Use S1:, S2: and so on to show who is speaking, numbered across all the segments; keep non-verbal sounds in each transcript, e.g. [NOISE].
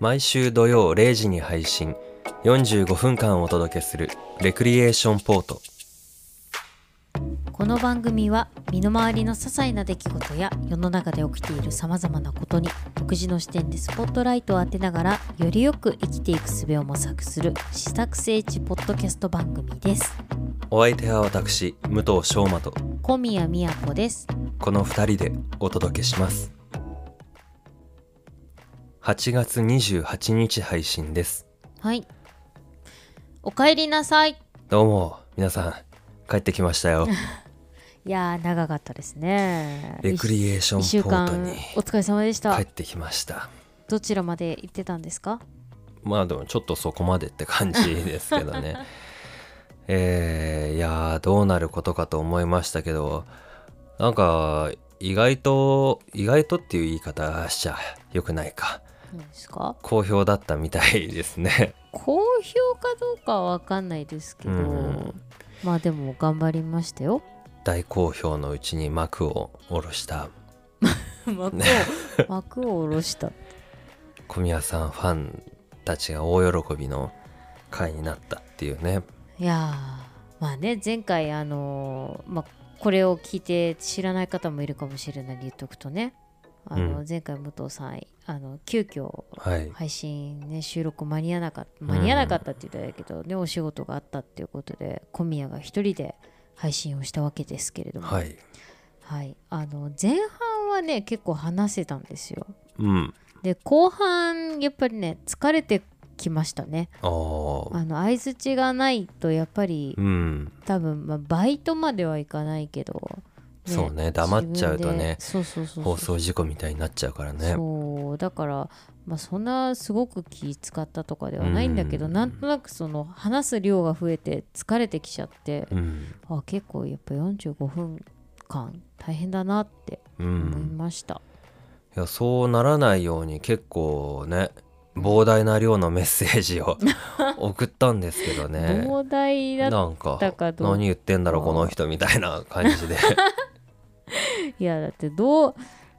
S1: 毎週土曜0時に配信45分間お届けするレクリエーションポート
S2: この番組は身の回りの些細な出来事や世の中で起きているさまざまなことに独自の視点でスポットライトを当てながらよりよく生きていく術を模索する試作聖地ポッドキャスト番組です
S1: お相手は私武藤翔馬と
S2: 小宮宮子です
S1: この2人でお届けします8月28日配信です
S2: はいおかえりなさい
S1: どうも皆さん帰ってきましたよ
S2: いやー長かったですね
S1: レクリエーショ
S2: 1週
S1: ンポート
S2: 間
S1: に
S2: お疲れ様でした、
S1: 帰ってきました
S2: どちらまで行ってたんですか
S1: まあでもちょっとそこまでって感じですけど
S2: [LAUGHS]
S1: ねえー、いやーどうなることかと思いましたけどなんか意外と意外とっていう言い方しちゃよくないか
S2: 何ですか
S1: 好評だったみたいですね [LAUGHS]
S2: 好評かどうかは分かんないですけど、
S1: うん
S2: まあでも頑張りました
S1: [LAUGHS]
S2: よ
S1: 大好評のうちに幕を下ろした [LAUGHS]
S2: 幕を幕を下ろした
S1: 小宮さんファンたちが大喜びの回になったっていうね
S2: いやーまあね前回あのーまあこれを聞いて知らない方もいるかもしれないんで言っとくとねあの
S1: うん
S2: 前回武藤さんあの急遽
S1: はい
S2: 配信ね収録間に合わなかった間に合わなかったって言ったらあれだけどね、お仕事があったっていうことで小宮が一人で配信をしたわけですけれども、
S1: はい
S2: はい、あの前半はね結構話せたんですよ
S1: うん
S2: で後半やっぱりね疲れてきましたね
S1: ああ
S2: あの相づちがないとやっぱり
S1: うん
S2: 多分、まあ、バイトまではいかないけど、
S1: そうね黙っちゃうとね
S2: 自分でそうそうそう
S1: 放送事故みたいになっちゃうからね
S2: そうだから、まあ、そんなすごく気使ったとかではないんだけど、
S1: うん
S2: なんとなくその話す量が増えて疲れてきちゃって、
S1: うん
S2: あ結構やっぱ45分間大変だなって
S1: う
S2: 思い
S1: ん、
S2: ました、
S1: いやそうならないように結構ね膨大な量のメッセージ
S2: [LAUGHS]
S1: を送ったんですけどね
S2: 膨大だ
S1: なんか
S2: たかどうか
S1: 何言ってんだろうこの人みたいな感じで
S2: [LAUGHS] いやだってどう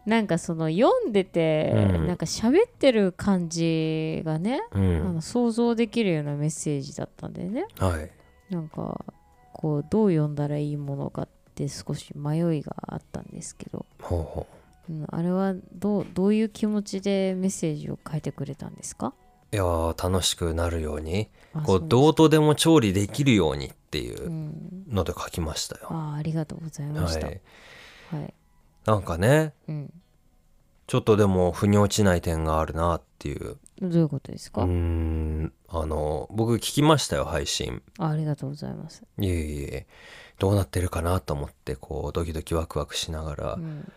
S2: なんかその読んでて、
S1: うん
S2: なんか喋ってる感じがね、
S1: う
S2: あの
S1: ん
S2: 想像できるようなメッセージだったんでね
S1: はい
S2: なんかこうどう読んだらいいものかって少し迷いがあったんですけど、
S1: ほうほう
S2: うん、あれはどうどういう気持ちでメッセージを書いてくれたんですか
S1: いやー楽しくなるように
S2: あ
S1: こ
S2: そう、
S1: どうとでも調理できるようにっていううんので書きましたよ、
S2: あーありがとうございま
S1: は
S2: した、はい
S1: いなんかね
S2: うん、
S1: ちょっとでも腑に落ちない点があるなっていう
S2: どういうことです
S1: う
S2: か、
S1: ーんあの僕聞きましたよ配信
S2: あありがとうございます、
S1: いえいえどうなってるかなと思ってこうドキドキワクワクしながら、
S2: うん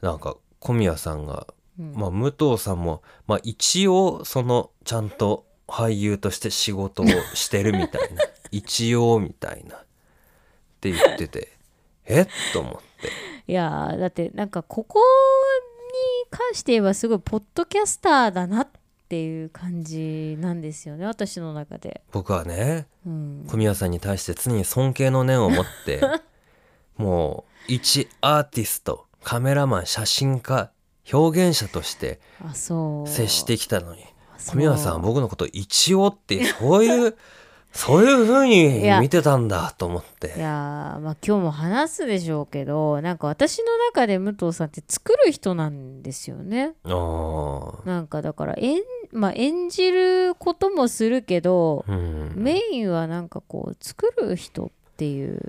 S1: なんか小宮さんが、
S2: うん
S1: まあ、武藤さんも、まあ、一応そのちゃんと俳優として仕事をしてるみた
S2: [LAUGHS]
S1: いな一応みたいなって言っててえっと思って
S2: いやーだってなんかここに関して言えばすごいポッドキャスターだなっていう感じなんですよね私の中で、
S1: 僕はね
S2: うん、
S1: 小宮さんに対して常に尊敬の念を持って
S2: [LAUGHS]
S1: もう一アーティストカメラマン写真家表現者として
S2: あそう
S1: 接してきたのに
S2: そう
S1: 小宮さんは僕のこと一応ってそういう [LAUGHS] そういう風に見てたんだと思っ
S2: い
S1: て
S2: やーまあ今日も話すでしょうけどなんか私の中で武藤さんって作る人なんですよね
S1: あー
S2: なんかだから演,、まあ、演じることもするけど
S1: うん
S2: メインはなんかこう作る人っていう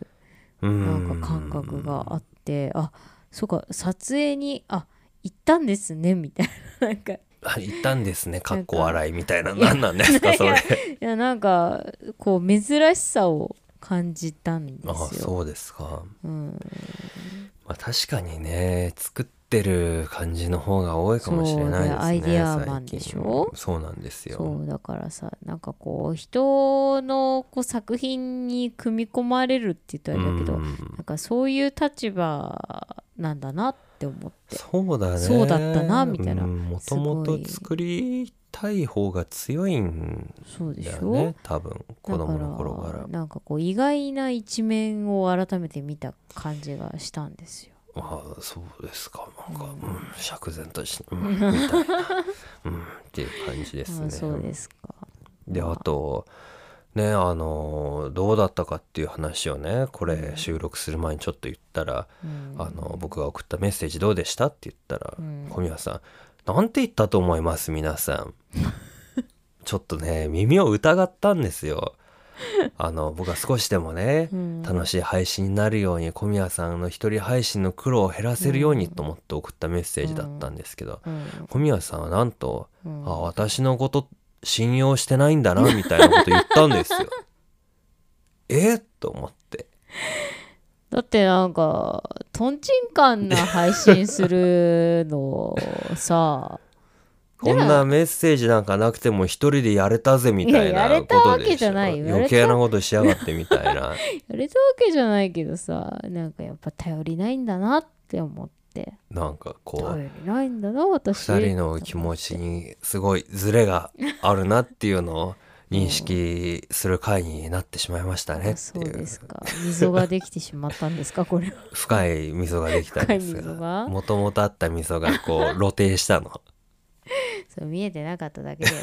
S2: な
S1: なん
S2: か感覚があってあそうか撮影にあ行ったんですねみたいな [LAUGHS] なんかい
S1: いたんですねかっこ
S2: なんか
S1: 笑いみたいな
S2: やいや
S1: 何なんですかそれ
S2: やなんかこう珍しさを感じたんで
S1: あー
S2: すよ。
S1: そうですか、
S2: うん、
S1: まあ、確かにね作ってる感じの方が多いかもしれないです
S2: そう
S1: ね
S2: ねアイデアマンでしょ
S1: 最近そうなんですよ
S2: そうだからさなんかこう人のこう作品に組み込まれるって言ったらあれだけど、
S1: うん
S2: なんかそういう立場なんだなって思って
S1: そうだね
S2: そうだったなみたいな
S1: もとも
S2: す
S1: と
S2: ごい
S1: 作りたい方が強いん
S2: そうでし
S1: だよ
S2: ょ、
S1: ね多分子供の頃
S2: だ
S1: か
S2: かららなんかこう意外な一面を改めて見た感じがしたんですよ
S1: まあそうですかなんか、うん、釈然とし、うん、
S2: [LAUGHS]
S1: みたいな、うん、っていう感じです
S2: あ
S1: ね。
S2: そうですか
S1: であとねあのどうだったかっていう話をねこれ収録する前にちょっと言ったら、
S2: うん
S1: あの僕が送ったメッセージどうでしたって言ったら、
S2: うん
S1: 小宮さん「なんて言ったと思います皆さん」 [LAUGHS] ちょっとね耳を疑ったんですよ。あの僕は少しでもね、
S2: うん
S1: 楽しい配信になるように小宮さんの一人配信の苦労を減らせるようにと思って送ったメッセージだったんですけど、
S2: うん
S1: 小宮さんはなんと
S2: うん
S1: あ私のこと信用してないんだなみたいなこと言ったんですよ。 [LAUGHS] えと思って
S2: だってなんかとんちんかんな配信するのをさ [LAUGHS]
S1: こんなメッセージなんかなくても一人でやれたぜみたい
S2: いや
S1: な
S2: やれた
S1: こと
S2: わ
S1: で
S2: け
S1: し
S2: じ
S1: ょ
S2: ゃないよ
S1: 余計なことしやがってみたいな
S2: やれたわけじゃないけどさなんかやっぱ頼りないんだなって思って
S1: なんか
S2: [LAUGHS]
S1: こう
S2: 頼りないんだな私
S1: 二人の気持ちにすごいズレがあるなっていうのを認識する回になってしまいましたね
S2: あ
S1: って
S2: そう
S1: い
S2: で
S1: う
S2: すか溝ができてしまった
S1: [LAUGHS]
S2: んですかこれは
S1: 深い溝ができたんです
S2: 深い溝
S1: が
S2: が
S1: もともとあった溝がこう露呈した
S2: [LAUGHS]
S1: の
S2: そう見えてなかっただけだよ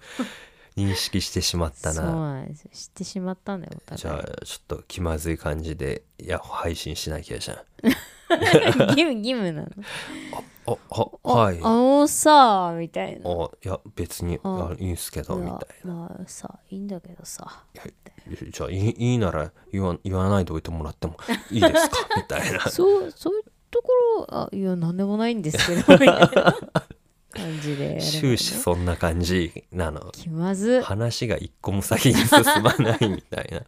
S1: [LAUGHS] 認識してしまった
S2: そう
S1: な
S2: なんですよ知ってしまったんだよお
S1: じゃ
S2: 互
S1: あちょっと気まずい感じでいや配信しなきゃじゃん。
S2: い [LAUGHS] 義務義務なの
S1: あは
S2: あ
S1: はい。
S2: あのさみたいな
S1: あいや別に
S2: あ
S1: あいいんすけどみたい
S2: やまあさいいんだけ
S1: [LAUGHS]
S2: どさ
S1: な。じゃあいいいいなら言わ言わないでおいてもらってもいいです
S2: [LAUGHS]
S1: かみたいな。
S2: そうそういうところあいや何でもないんですけどみたいな感じでやればね
S1: 終始そんな感じなの。
S2: 気まず
S1: 話が一個も先に進まないみたい
S2: [LAUGHS]
S1: な。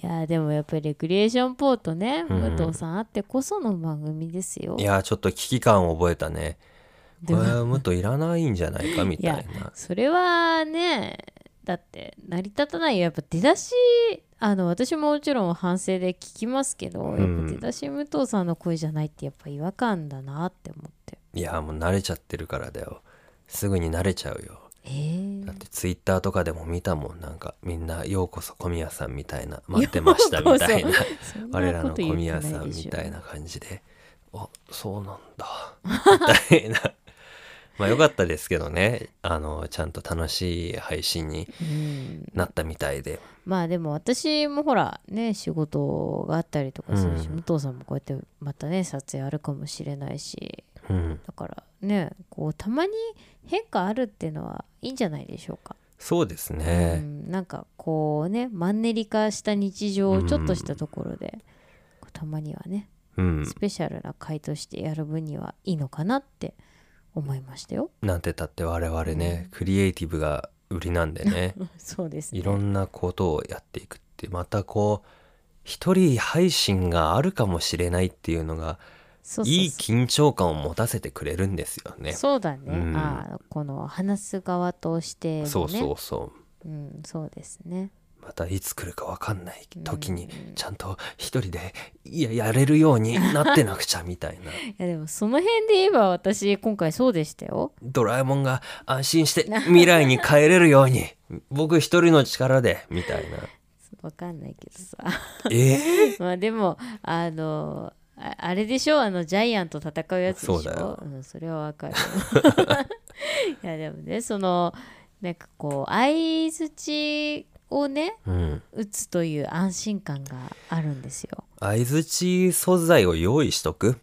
S2: いやでもやっぱりレクリエーションポートね、
S1: うん
S2: 武藤さんあってこその番組ですよ
S1: いやちょっと危機感を覚えたね。こ
S2: で
S1: れ
S2: も
S1: はむといらないんじゃないかみたい
S2: い
S1: な。
S2: それはねだって成り立たないやっぱ出だしあの私ももちろん反省で聞きますけど、
S1: ん
S2: やっぱ出だし武藤さんの声じゃないってやっぱ違和感だなって思って
S1: いやもう慣れちゃってるからだよ。すぐに慣れちゃうよ。
S2: えー
S1: だってツイッターとかでも見たもんなんかみんな「ようこそ小宮さん」みたい
S2: [LAUGHS]
S1: な「待ってました」みたいな
S2: そんなこと
S1: 我らの小宮さんみたいな感じで「あそうなん
S2: [LAUGHS]
S1: だ」みたいなまあよかったですけどねあのちゃんと楽しい配信に
S2: うん
S1: なったみたいで
S2: まあでも私もほらね仕事があったりとかするし、
S1: うん
S2: 武藤さんもこうやってまたね撮影あるかもしれないし
S1: うん
S2: だからねこうたまに変化あるっていうのはいいんじゃないでしょうか、
S1: そうです
S2: う
S1: ね、
S2: ん、なんかこうねマンネリ化した日常をちょっとしたところで、こうたまにはね
S1: うん、
S2: スペシャルな回としてやる分にはいいのかなって思いましたよ。
S1: なんてたって我々ねクリエイティブが売りなんで
S2: [LAUGHS]
S1: ね
S2: [LAUGHS] そうですね
S1: いろんなことをやっていくってまたこう一人配信があるかもしれないっていうのが
S2: そうそうそう
S1: いい緊張感を持たせてくれるんですよね。
S2: そうだね、
S1: うん
S2: ああこの話す側としても、ね、
S1: そうそうそう。
S2: うん、そうですね。
S1: またいつ来るかわかんない時に
S2: うん
S1: ちゃんと一人でいややれるようになってなくちゃみたいな。
S2: いやでもその辺で言えば私今回そうでしたよ。
S1: ドラえもんが安心して未来に帰れるように僕一人の力でみたいな。
S2: わかんないけどさ。
S1: [LAUGHS] ええ
S2: まあでもあのああれでしょあのジャイアンと戦うやつでし
S1: そ
S2: ょ
S1: うだよ
S2: ん、それはわかる。 [LAUGHS] いやでもねそのなんかこう相槌をね
S1: うん。
S2: 打つという安心感があるんですよ。
S1: 相槌素材を用意しとく。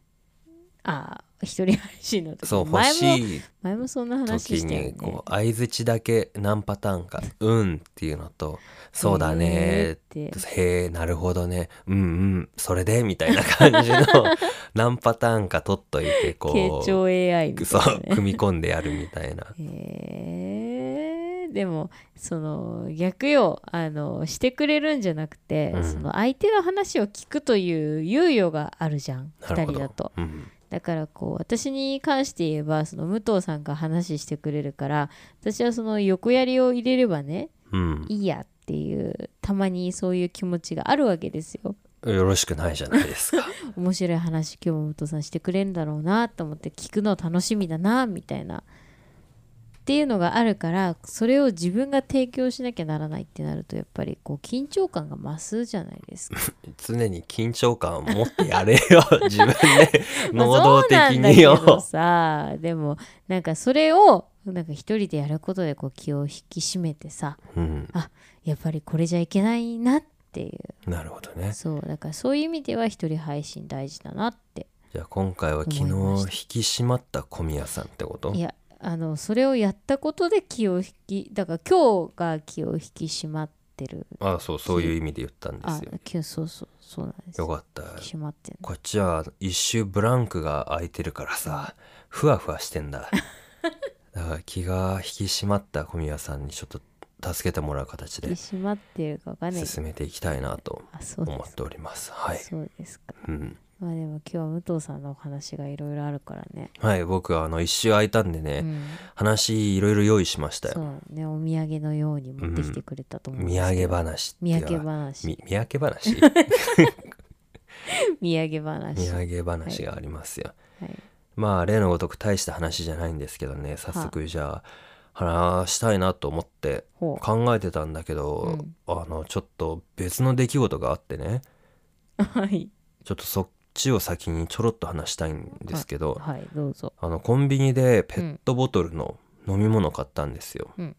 S2: あ一人配信の時
S1: そう欲
S2: 前も
S1: しい
S2: 前もそんな話
S1: 時
S2: したよね
S1: に。こう相槌だけ何パターンか「うん」っていうのと「そうだね」って
S2: へー
S1: 「へえなるほどねうんうんそれで」みたいな感じの
S2: [LAUGHS]
S1: 何パターンか取っといてこ
S2: 傾
S1: う
S2: 聴 AI みた
S1: そ
S2: いな、ね
S1: う。組み込んでやるみたいな
S2: えーでもその逆よあのしてくれるんじゃなくて、
S1: うん
S2: その相手の話を聞くという猶予があるじゃん
S1: なる
S2: 2
S1: ほ
S2: 人だ
S1: ど
S2: と、
S1: うん
S2: だからこう私に関して言えばその武藤さんが話してくれるから私はその横やりを入れればね
S1: うん
S2: いいやっていうたまにそういう気持ちがあるわけですよ
S1: よろしくないじゃないですか
S2: 面白い話今日も武藤さんしてくれるんだろうなと思って聞くの楽しみだなみたいなっていうのがあるからそれを自分が提供しなきゃならないってなるとやっぱりこう緊張感が増すじゃないですか
S1: 常に緊張感を持ってやれ
S2: [LAUGHS]
S1: よ自分で能
S2: まあ
S1: 動的に
S2: そうなんだけど
S1: よ
S2: さでもなんかそれをなんか一人でやることでこう気を引き締めてさ
S1: うん
S2: やっぱりこれじゃいけないなってい
S1: なるほどね
S2: うそうだからそういう意味では一人配信大事だなって
S1: じゃあ今回は昨日
S2: 思いま
S1: 引
S2: した
S1: き締まった小宮さんってこと
S2: いやあのそれをやったことで気を引きだから今日が気を引き締まってる
S1: ああそうそういう意味で言ったんで
S2: あ
S1: すよ
S2: 今日そうそうそうなんです
S1: よかった
S2: 引き締まってる
S1: こっちは一周ブランクが空いてるからさふわふわしてん
S2: [LAUGHS]
S1: だだから気が引き締まった小宮さんにちょっと助けてもらう形
S2: 引き
S1: で
S2: 締まってるかわかんないけど
S1: 進めていきたいなと
S2: あそうです
S1: 思っておりますはい、
S2: そうですか
S1: うん、
S2: まあでも今日は武藤さんのお話がいろいろあるからね、
S1: はい僕はあの一周空いたんでね、
S2: うん、
S1: 話いろいろ用意しました
S2: そ
S1: よ
S2: うねお土産のように持ってきてくれたと思うん
S1: 土
S2: ですけ
S1: 産
S2: ど、
S1: 話って
S2: 土
S1: いう
S2: 産
S1: か
S2: 話
S1: み土産
S2: [LAUGHS]
S1: 話
S2: 土産話
S1: 土
S2: はい
S1: 産話がありますよ、まあ例のごとく大した話じゃないんですけどね早速じゃあ話したいなと思って
S2: ほう
S1: 考えてたんだけど、あのちょっと別の出来事があってね
S2: はい
S1: ちょっとそっちを先にちょろっと話したいんですけど、
S2: はいどうぞ
S1: あのコンビニでペットボトルの飲み物買ったんですよ。
S2: うん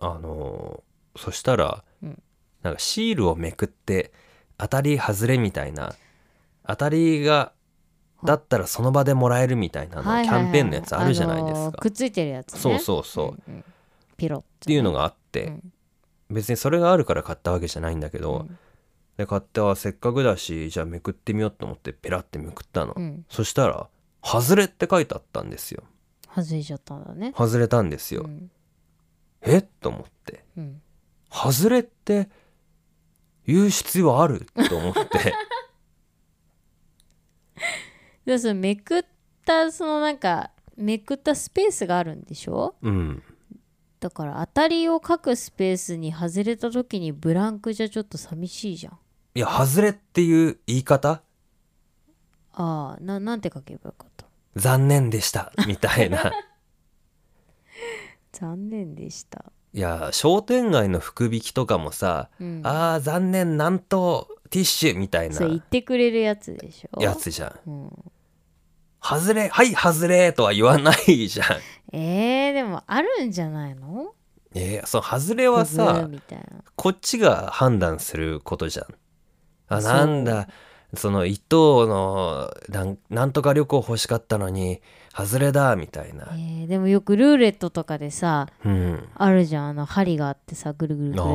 S1: あのそしたら、
S2: うん
S1: なんかシールをめくって当たり外れみたいな当たりがだったらその場でもらえるみたいなの、
S2: はい
S1: キ
S2: はいはい
S1: ャンペーンのやつあるじゃないですか。
S2: あのーくっついてるやつね
S1: そうそうそう、っ
S2: んんピロッって
S1: いうの
S2: が
S1: があって、別にそれがあるから買ったわけじゃないんだけど、で買ってはせっかくだしじゃあめくってみようと思ってペラってめくったの、
S2: うん
S1: そしたら「外れ」って書いてあったんですよ
S2: 外れちゃったんだね
S1: 外れたんですよ、
S2: うん
S1: えっと思って
S2: うん
S1: 「外れ」って言う必要あると思って [LAUGHS]
S2: でそのめくったそのなんかめくったスペースがあるんでしょ
S1: うん
S2: だから当たりを書くスペースに外れた時にブランクじゃちょっと寂しいじゃん
S1: いや「外れ」っていう言い方
S2: ああななんて書けばよかった
S1: 残念でしたみたい [LAUGHS] な
S2: 残念でした、
S1: いや商店街の福引きとかもさ
S2: うん
S1: 「あー残念なんとティッシュ」みたいな
S2: それ言ってくれるやつでしょ
S1: やつじゃん
S2: うん、
S1: 「外れ」「はい外れ」とは言わないじゃん
S2: えー、でもあるんじゃないの
S1: えー、その外れは
S2: くぐる
S1: さ
S2: みたいな
S1: こっちが判断することじゃん。あ
S2: そう
S1: なんだその伊藤のなんなんとか旅行欲しかったのに外れだみたいな
S2: え。ー、でもよくルーレットとかでさ
S1: うん、
S2: あるじゃんあの針があってさぐるぐるぐるって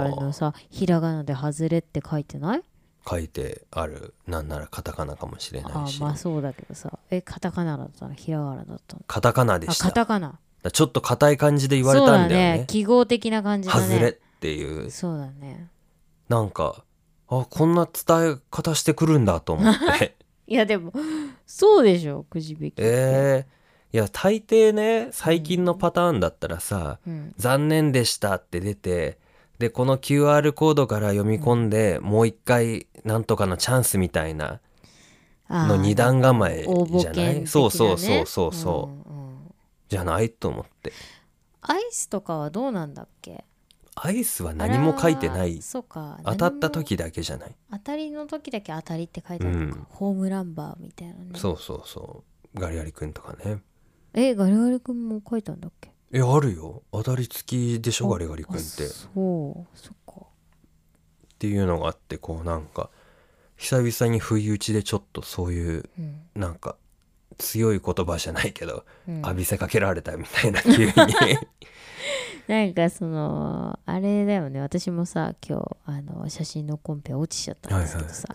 S2: 回るのさひらがなで「外れ」って書いてない
S1: 書いてあるなんならカタカナかもしれ
S2: あ
S1: ない
S2: ー
S1: し、
S2: まあそうだけどさえカタカナだったのひらがなだったの
S1: カタカナで
S2: あ
S1: した
S2: カタカナ
S1: だちょっと硬い感じで言われたんだよね。
S2: 記号的な感じだね
S1: 外れっていう
S2: そうだね
S1: なんかあこんな伝え方してくるんだと思
S2: [LAUGHS]
S1: って。
S2: いやでもそうでしょくじ引きって
S1: えー、いや大抵ね最近のパターンだったらさ、
S2: うん
S1: 残念でしたって出てでこの QR コードから読み込んで、もう一回なんとかのチャンスみたいな
S2: あー
S1: の二段構え
S2: 応募
S1: じゃ
S2: 券的
S1: な
S2: ないね
S1: そうそうそうそうそう、
S2: んうん
S1: じゃないと思って
S2: アイスとかはどうなんだっけ
S1: アイスは
S2: あら
S1: 何も書いてない
S2: そうか
S1: 当たった
S2: 何も
S1: 時だけじゃない、
S2: 当たりの時だけ当たりって書いてあるのか、
S1: うん
S2: ホームランバーみたいなね
S1: そうそうそうガリガリ君とかね
S2: えガリガリ君も書いたんだっけ
S1: えあるよ当たり付きでしょガリガリ君っ
S2: あ
S1: てっ
S2: そうそっか
S1: ていうのがあってこうなんか久々に不意打ちでちょっとそういう
S2: うん、
S1: なんか強い言葉じゃないけど
S2: うん、
S1: 浴びせかけられたみ
S2: [LAUGHS]
S1: たいな急に
S2: なんかそのあれだよね私もさ今日あの写真のコンペ落ちちゃったんですけどさ、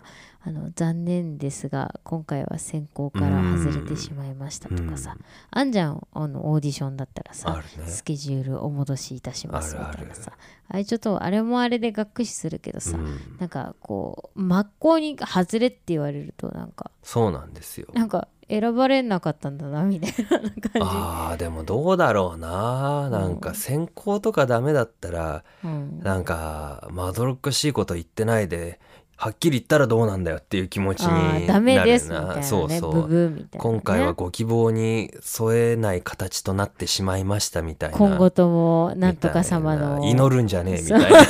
S2: あの残念ですが今回は選考から外れてしまいましたとかさあんじゃんあのオーディションだったら
S1: あ
S2: さ
S1: るね
S2: スケジュールお戻しいたしますみ
S1: あるある
S2: たいなさあれちょっとあれもあれでがっくしするけどさ、
S1: うん
S2: なんかこう真っ向に外れって言われるとなんか
S1: そうなんですよ
S2: なんか選ばれなかったんだなみたいな感じ、
S1: あーでもどうだろうななんか選考とかダメだったら
S2: うん、
S1: なんかまどろっこしいこと言ってないではっきり言ったらどうなんだよっていう気持ちにな
S2: あ
S1: る
S2: ー
S1: な
S2: ダメですみたいなね
S1: そうそう
S2: ブブーみたいなね、
S1: 今回はご希望に添えない形となってしまいましたみたいな
S2: 今後ともなんとか様
S1: み
S2: の
S1: たいな祈るんじゃねえみたいな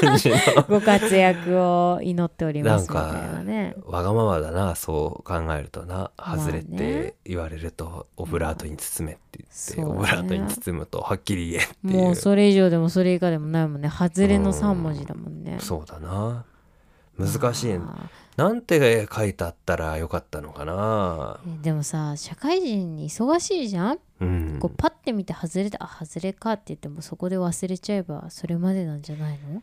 S1: 感じの
S2: ご活躍を祈っておりますみたいなね
S1: わがままだなそう考えるとな
S2: まあね
S1: 外れって言われるとオブラートに包めって言って、
S2: そうだね
S1: オブラートに包むとはっきり言えっていう
S2: もうそれ以上でもそれ以下でもないもんね外れの3文字だもんね、
S1: そうだな難しい
S2: あ
S1: なんて書いてあったらよかったのかな
S2: ーでもさ社会人に忙しいじゃん、
S1: うん
S2: こうパッて見て外れたあ外れかって言ってもそこで忘れちゃえばそれまでなんじゃないの、
S1: っ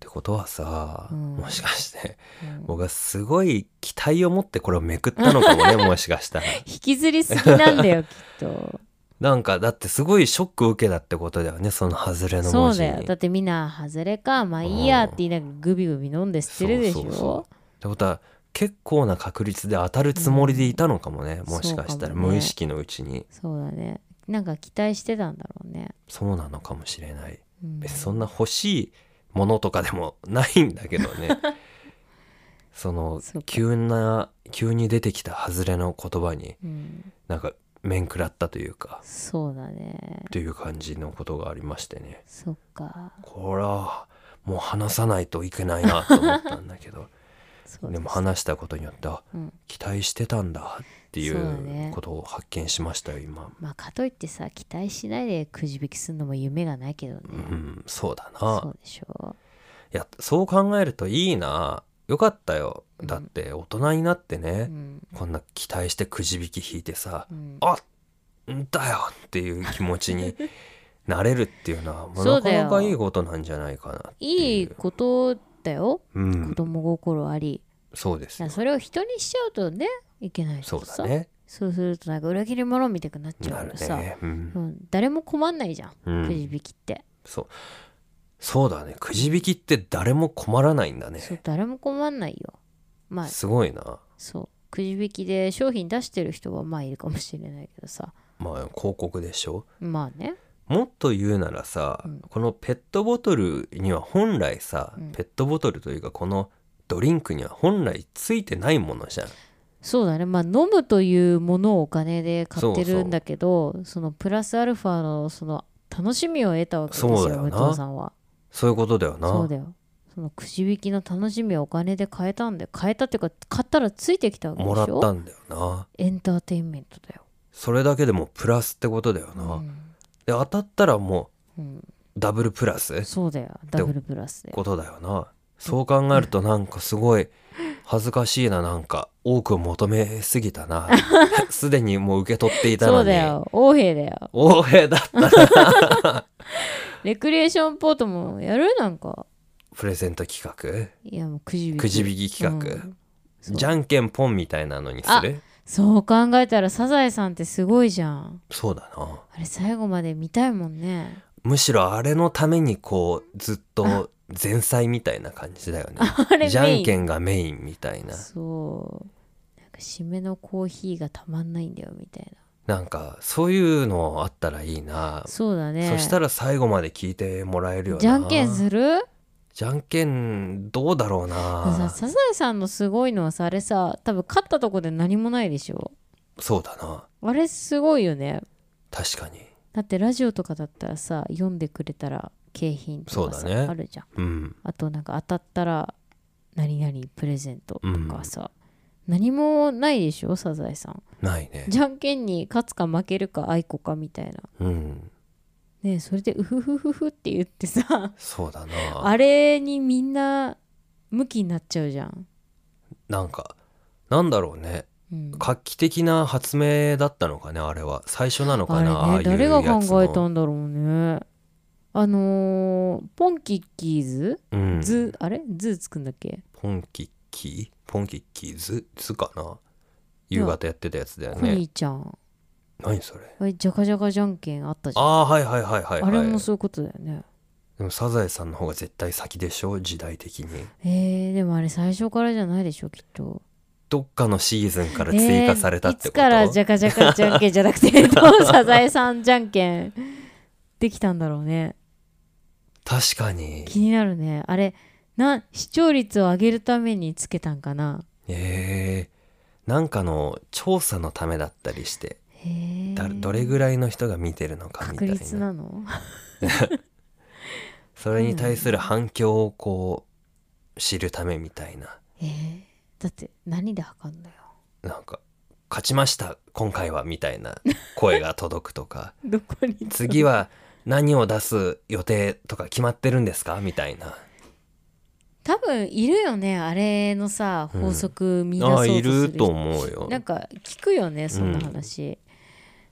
S1: てことはさ、
S2: うん
S1: もしかして
S2: うん
S1: 僕はすごい期待を持ってこれをめくったのかも
S2: [LAUGHS]
S1: ねもしかしたら
S2: 引きずりすぎなん
S1: [LAUGHS]
S2: だよきっと
S1: なんかだってすごいショックを受けたってことだよねその外れの
S2: そ
S1: 文
S2: う
S1: 字
S2: だ
S1: に
S2: よだってみんな外れかまあいいやって言いながらグビグビ飲んで捨てるでし
S1: そ
S2: ょ
S1: うそうそうってことは結構な確率で当たるつもりでいたのかもね、
S2: うん
S1: もしかした
S2: そうからもね
S1: 無意識のうちに
S2: そうだねなんか期待してたんだろうね、
S1: そうなのかもしれない
S2: うん
S1: 別にそんな欲しいものとかでもないんだけど
S2: [LAUGHS]
S1: ねその
S2: そうか
S1: 急な急に出てきた外れの言葉に
S2: うん、
S1: なんか面食らったというか
S2: そうだね
S1: という感じのことがありましてね
S2: そっか
S1: これはもう話さないといけないなと思ったんだけど
S2: [LAUGHS] そう
S1: でも
S2: す
S1: 話したことによってあ
S2: うん
S1: 期待してたんだってい
S2: そうだね
S1: うことを発見しましたよ今。
S2: まあかといってさ期待しないでくじ引きするのも夢がないけどね、
S1: うん、そうだな
S2: そうでしょ
S1: いやそう考えるといいなよかったよだって大人になって
S2: う、う
S1: ね、
S2: ん
S1: こんな期待してくじ引き引いてさ
S2: う、ん、
S1: あんだよっていう気持ち
S2: [LAUGHS]
S1: になれるっていうのはもう
S2: そう
S1: な
S2: だ
S1: か
S2: よ
S1: なかいいことなんじゃないかなっていう
S2: いいことだよ
S1: うん
S2: 子、供心あり、
S1: そうです
S2: いや
S1: よ
S2: それを人にしちゃうとねいけないし
S1: そ
S2: さ
S1: うだね
S2: そうするとなんか裏切り者みたいになっちゃ
S1: な
S2: う
S1: る
S2: からさ、
S1: ね、うん
S2: うん、誰も困んないじゃん、
S1: うん
S2: くじ引きって
S1: そうそうだねくじ引きって誰も困らないんだね
S2: そう誰も困んないよまあ
S1: すごいな
S2: そうくじ引きで商品出してる人はまあいるかもしれないけどさ
S1: まあ広告でしょ
S2: まあね
S1: もっと言うならさ、
S2: うん
S1: このペットボトルには本来さ、
S2: うん
S1: ペットボトルというかこのドリンクには本来ついてないものじゃん
S2: そうだねまあ飲むというものをお金で買って
S1: そう
S2: る
S1: そうん
S2: だけどそのプラスアルファのその楽しみを得たわけですよ
S1: そうだよ
S2: 武
S1: な
S2: 藤さんは
S1: そういうことだよな
S2: そうだよそのくじ引きの楽しみをお金で買えたんで買えたっていうか買ったらついてきたわけでし
S1: も
S2: ょ
S1: らったんだよな
S2: エンターテインメントだよ、
S1: それだけでもプラスってことだよな、
S2: う
S1: で
S2: ん
S1: 当たったらも
S2: うん、
S1: うダブルプラス
S2: そうだよダブルプラスで
S1: ことだよなそう考えるとなんかすごい恥ずかしいななんか多く求めすぎた
S2: [LAUGHS]
S1: なすでにもう受け取っていたのに
S2: そうだよ王兵だよ
S1: 大平だったな
S2: レクリエーションポートもやるなんか
S1: プレゼント企
S2: いやもうくじ引き
S1: 画くじ引き企画、
S2: うんそう
S1: じゃんけんポンみたいなのにする
S2: そう考えたらサザエさんってすごいじゃん
S1: そうだな
S2: あれ最後まで見たいもんね [LAUGHS]
S1: むしろあれのためにこうずっと前菜みたいな感じだよ [LAUGHS]
S2: あれ
S1: ねじゃんけ
S2: ん
S1: んがメインみたいな
S2: そうなんか締めのコーヒーがたまんないんだよみたいな
S1: なんかそういうのあったらいいな、
S2: そうだね
S1: そした
S2: ら
S1: ら最後まで聞いてもらえるよな
S2: じゃんけんする
S1: じゃんけんどうだろう
S2: さ
S1: な
S2: サザエさんのすごいのはさあれさ多分勝ったとこで何もないでしょ
S1: そうだな
S2: あれすごいよね
S1: 確かに
S2: だってラジオとかだったらさ読んでくれたら景品とかさ、
S1: そうだね
S2: あるじゃん
S1: うん
S2: あとなんか当たったら何々プレゼントとかさ、何もないでしょサザエさん
S1: ないね
S2: じゃんけんに勝つか負けるか愛子かみたいな
S1: うん
S2: ねえそれでウフフフフって言ってさ
S1: そうだな
S2: あれにみんな向きになっちゃうじゃん、
S1: なんかなんだろうね
S2: うん、
S1: 画期的な発明だったのかねあれは最初なのかなああ
S2: あれね誰が考え
S1: の
S2: たんだろうねあのーポンキッキーズ、
S1: うん、
S2: ズあれズーつくんだっけ
S1: ポンキッキーポンキッキーズズかな夕方やってたやつだよ
S2: コ
S1: ね
S2: ニーちゃん
S1: 何それ
S2: あれじゃかじゃかじゃんけんあったじゃん
S1: ああーはいはいはいはい、はい、
S2: あれもそういうことだよね
S1: でもサザエさんの方が絶対先でしょ時代的に
S2: えー、でもあれ最初からじゃないでしょきっと
S1: どっかのシーズンから追加されたってこと、
S2: えーいつからじゃかじゃかじゃんけんじゃなくて
S1: [LAUGHS]
S2: えっとサザエさんじゃんけんできたんだろうね
S1: 確かに
S2: 気になるねあれな視聴率を上げるためにつけたんかな
S1: えー、なんかの調査のためだったりして
S2: へえ
S1: だどれぐらいの人が見てるのかみた
S2: 確
S1: い
S2: 率
S1: な
S2: なの
S1: それに対する反響をこう知るためみたいな
S2: えー、だって何で測んだよ
S1: なんか「勝ちました今回は」みたいな声が届くと [LAUGHS] か
S2: どこに
S1: 「次は何を出す予定とか決まってるんですか?」みたいな。
S2: 多分いるよねあれのさ
S1: うん
S2: 法則見出そう
S1: あ
S2: と
S1: あ
S2: する
S1: い
S2: 人、
S1: ると思うよ。
S2: なんか聞くよねそんな話、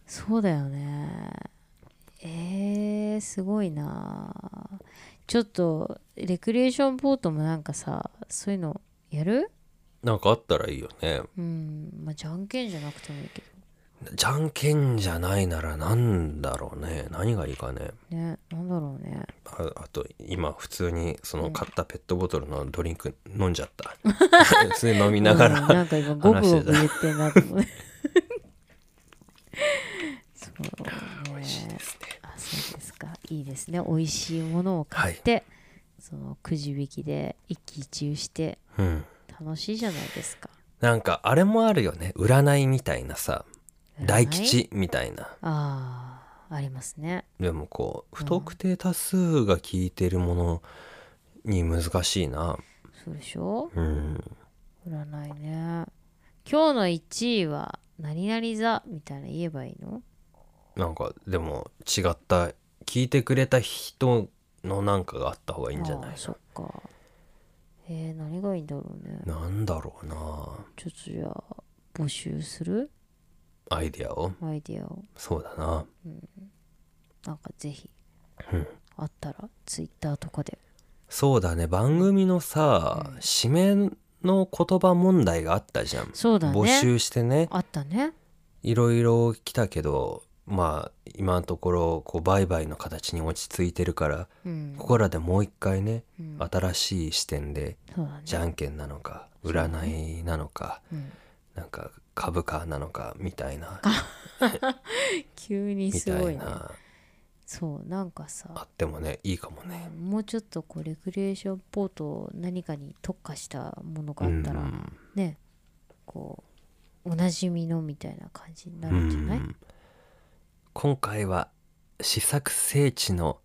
S2: そうだよねえー、すごいなちょっとレクリエーションボートもなんかさそういうのやる
S1: なんかあったらいいよね。
S2: うんまあじゃんけんじゃなくてもいいけ
S1: じゃんけんじゃないならなんだろうね。何がいいかね。
S2: どねなんだろうね
S1: ああと今普通にその買ったペットボトルのドリンク飲んじゃ [LAUGHS] った。普通に飲みなが
S2: うん
S1: ら。
S2: なんか今ゴブゴブ言ってんな
S1: [LAUGHS]
S2: と思ってそうね
S1: ですね
S2: あそうですかいいですね美味しいものを買って、そのくじ引きで一喜一憂して
S1: うん。
S2: 楽しいじゃないですか
S1: なんかあれもあるよね。占いみたいなさ。大吉みたいな。
S2: ああありますね
S1: でもこう不特定多数が聞いてるものに難しいな。
S2: そうでしょ
S1: うん。
S2: 占いね今日の1位は何々座みたいな言えばいいの
S1: なんかでも違った聞いてくれた人のなんかがあった方がいいんじゃな
S2: あ
S1: い
S2: ーそっかえー、何がいいんだろうね
S1: なんだろうな
S2: ちょっとじゃあ募集する
S1: アイディアを
S2: アイディアを
S1: そうだな
S2: なんかぜひ、
S1: うん
S2: あったらツイッターとかで
S1: そうだね番組のさ、締めの言葉問題があったじゃん、
S2: そうだね
S1: 募集してね
S2: あったね
S1: いろいろ来たけどまあ今のところこう売買の形に落ち着いてるから
S2: うん
S1: ここらでもう一回ね、
S2: うん
S1: 新しい視点で
S2: そうだね
S1: じゃんけんなのか占いなのか、
S2: うん
S1: なんか株価なのかみたいな
S2: 急に
S1: み
S2: す
S1: た
S2: ご
S1: い
S2: いね
S1: な
S2: そうなんか
S1: あ
S2: さ
S1: ってもねいいかもね
S2: もうちょっとこうレクリエーションポートを何かに特化したものがあったら、
S1: うん
S2: ねこうおなじみのみたいな感じになるんじゃ [LAUGHS] ない、
S1: うん今回は試作聖地の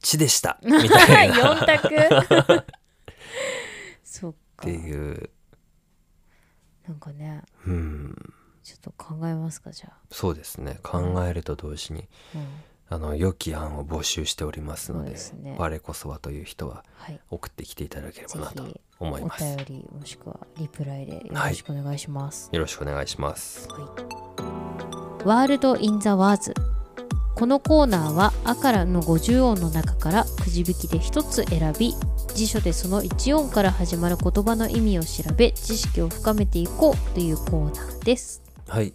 S1: 地で
S2: [LAUGHS]
S1: したみたいなっ
S2: 4択
S1: [LAUGHS]
S2: そってか
S1: いう、
S2: なんかね
S1: うん、
S2: ちょっと考えますかじゃあ、
S1: そうですね考えると同時に
S2: うん、
S1: あの良き案を募集しておりますの
S2: そう
S1: で
S2: ですね
S1: 我こそはという人は
S2: はい
S1: 送ってきていただければなと
S2: ぜひ
S1: 思い
S2: お
S1: ます
S2: 便りもしくはリプライでよろしくお願いします、
S1: よろしくお願いします
S2: ワールド・イン・ザ・ワーズこのコーナーは「あ」からの50音の中からくじ引きで1つ選び辞書でその1音から始まる言葉の意味を調べ知識を深めていこうというコーナーです、
S1: はい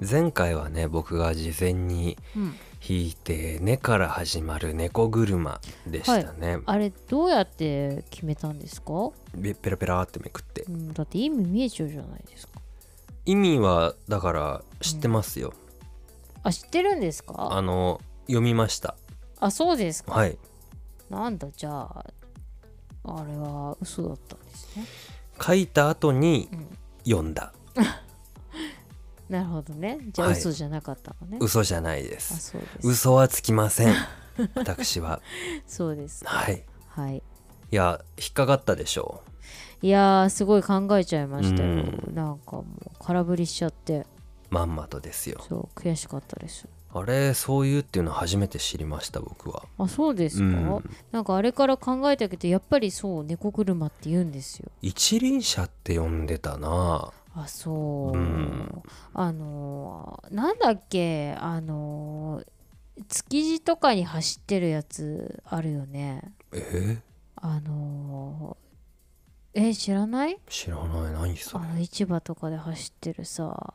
S1: 前回はね僕が事前に
S2: うん、
S1: 引いて「ね」から始まる「猫車」でしたね、
S2: あれどうやって決めたんですか、
S1: べペラペラってめくって
S2: うん、だって意味見えちゃうじゃないですか
S1: 意味はだから知ってますよ、
S2: あ知ってるんですか
S1: あの読みました
S2: あそうですか
S1: はい
S2: なんだじゃああれは嘘だったんですね
S1: 書いた後に
S2: うん
S1: 読んだ、
S2: なるほどねじゃあ
S1: はい
S2: 嘘じゃなかったのね、
S1: 嘘じゃないで
S2: あ
S1: す
S2: そうです
S1: 嘘はつきま [LAUGHS] せん私は
S2: そうです
S1: はい
S2: はい
S1: いや引っかかったでしょ
S2: いやーすごい考えちゃいましたよ、
S1: う
S2: なんかもう空振りしちゃって
S1: うまんまとですよ
S2: そう悔しかったです
S1: あれそういうっていうの初めて知りました僕は
S2: あそうですか、
S1: うん
S2: なんかあれから考えたけどやっぱりそう猫車って言うんですよ
S1: 一輪車って呼んでたな
S2: あそう、
S1: うん
S2: あのーなんだっけあのー築地とかに走ってるやつあるよね
S1: え
S2: あのーえ知らない
S1: 知らない何そ
S2: あ
S1: れ
S2: の市場とかで走ってるさ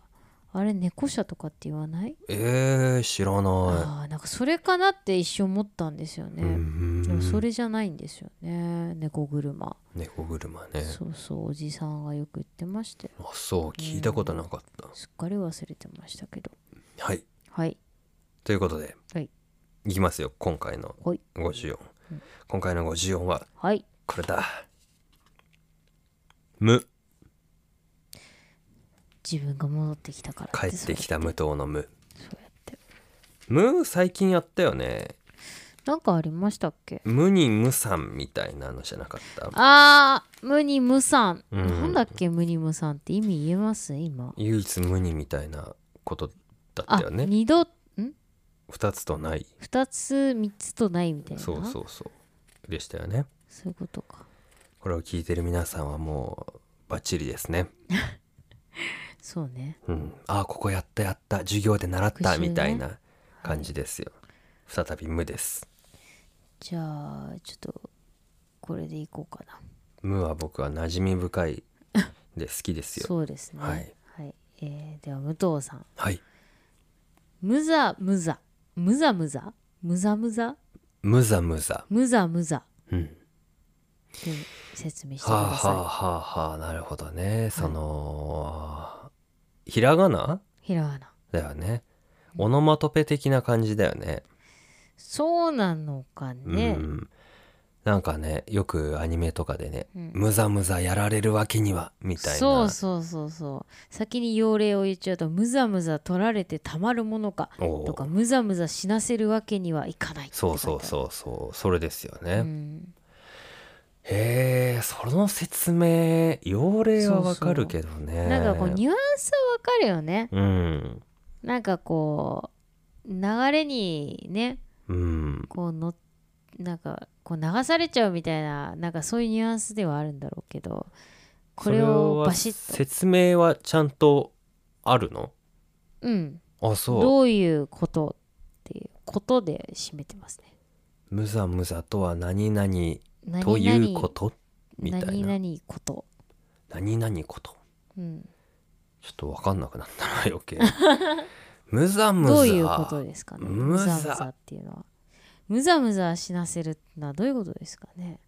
S2: あれ猫車とかって言わない
S1: えー、知らな
S2: あーなんかそれかなって一瞬思ったんですよ
S1: い、
S2: ね、
S1: うん
S2: でもそれじゃないんですよね猫車、
S1: 猫車ね
S2: そうそうおじさんがよく言ってましたよ
S1: あそう聞いたことなかった、
S2: すっかり忘れてましたけど
S1: はい
S2: はい
S1: ということで、
S2: はい
S1: いきますよ今回の
S2: はい
S1: 54、今回の54は
S2: はい
S1: これだ無
S2: 自分が戻ってきたから
S1: 帰ってきた無糖の無
S2: そうやって
S1: 無最近やったよね
S2: なんかありましたっけ
S1: 無に無産みたいなのじゃなかった
S2: あー無に無産、
S1: うん
S2: なんだっけ無に無産って意味言えます今
S1: 唯一無二みたいなことだっ
S2: あ
S1: たよね
S2: 二度ん
S1: 二つとない
S2: 二つ三つとないみたいな
S1: そうそうそうでしたよね
S2: そういうことか
S1: これを聞いてる皆さんはもうバッチリですね
S2: そうね
S1: うん、ああここやったやった授業で習っ
S2: 復
S1: た
S2: 習ね
S1: みたいな感じですよ、再び無です
S2: じゃあちょっとこれでいこうかな
S1: 無は僕は馴染み深いで好きですよ
S2: そうですね
S1: はい、
S2: はいえーでは武藤さん
S1: はい
S2: 無ざ無ざ無ざ無ざ無ざ無ざ
S1: 無ざ無ざ
S2: 無ざ無ざ
S1: うん
S2: で説明してく
S1: はあ
S2: だ
S1: はあ
S2: さ
S1: はあはあなるほどねその、ひらがない
S2: ひらがな
S1: だよねオノマトペ的な感じだよね
S2: そうなのかね、
S1: うんなんかねよくアニメとかでね「
S2: うん
S1: 無ざ無ざやられるわけには」みたいな
S2: そうそうそうそう先に用例を言っちゃうとむざむざ取られてたまるものか
S1: おう
S2: とかむざむざ死なせるわけにはいかないって
S1: そうそう
S2: 書いて
S1: そうそうそれですよね、
S2: あるうん
S1: へえその説明用例はわかるけどね
S2: なんかこうニュアンスはわかるよね
S1: うん
S2: なんかこう流れにね
S1: うん
S2: こうのなんかこう流されちゃうみたいななんかそういうニュアンスではあるんだろうけどこれ
S1: そ
S2: を
S1: は
S2: バシッと
S1: 説明はちゃんとあるの
S2: うん
S1: あそう
S2: どういうことっていうことで締めてますね
S1: 無ざ無ざとは何々
S2: 何
S1: とい
S2: 々
S1: うことみたいな
S2: 何々こと、
S1: 何々こと
S2: うん、
S1: ちょっとわかんなくなったな余
S2: [LAUGHS]
S1: 計無ざ無ざ
S2: どういうことですかね
S1: む
S2: む
S1: ざ
S2: ざむざっていうのはむざむざ死なせるのはどういうことですかね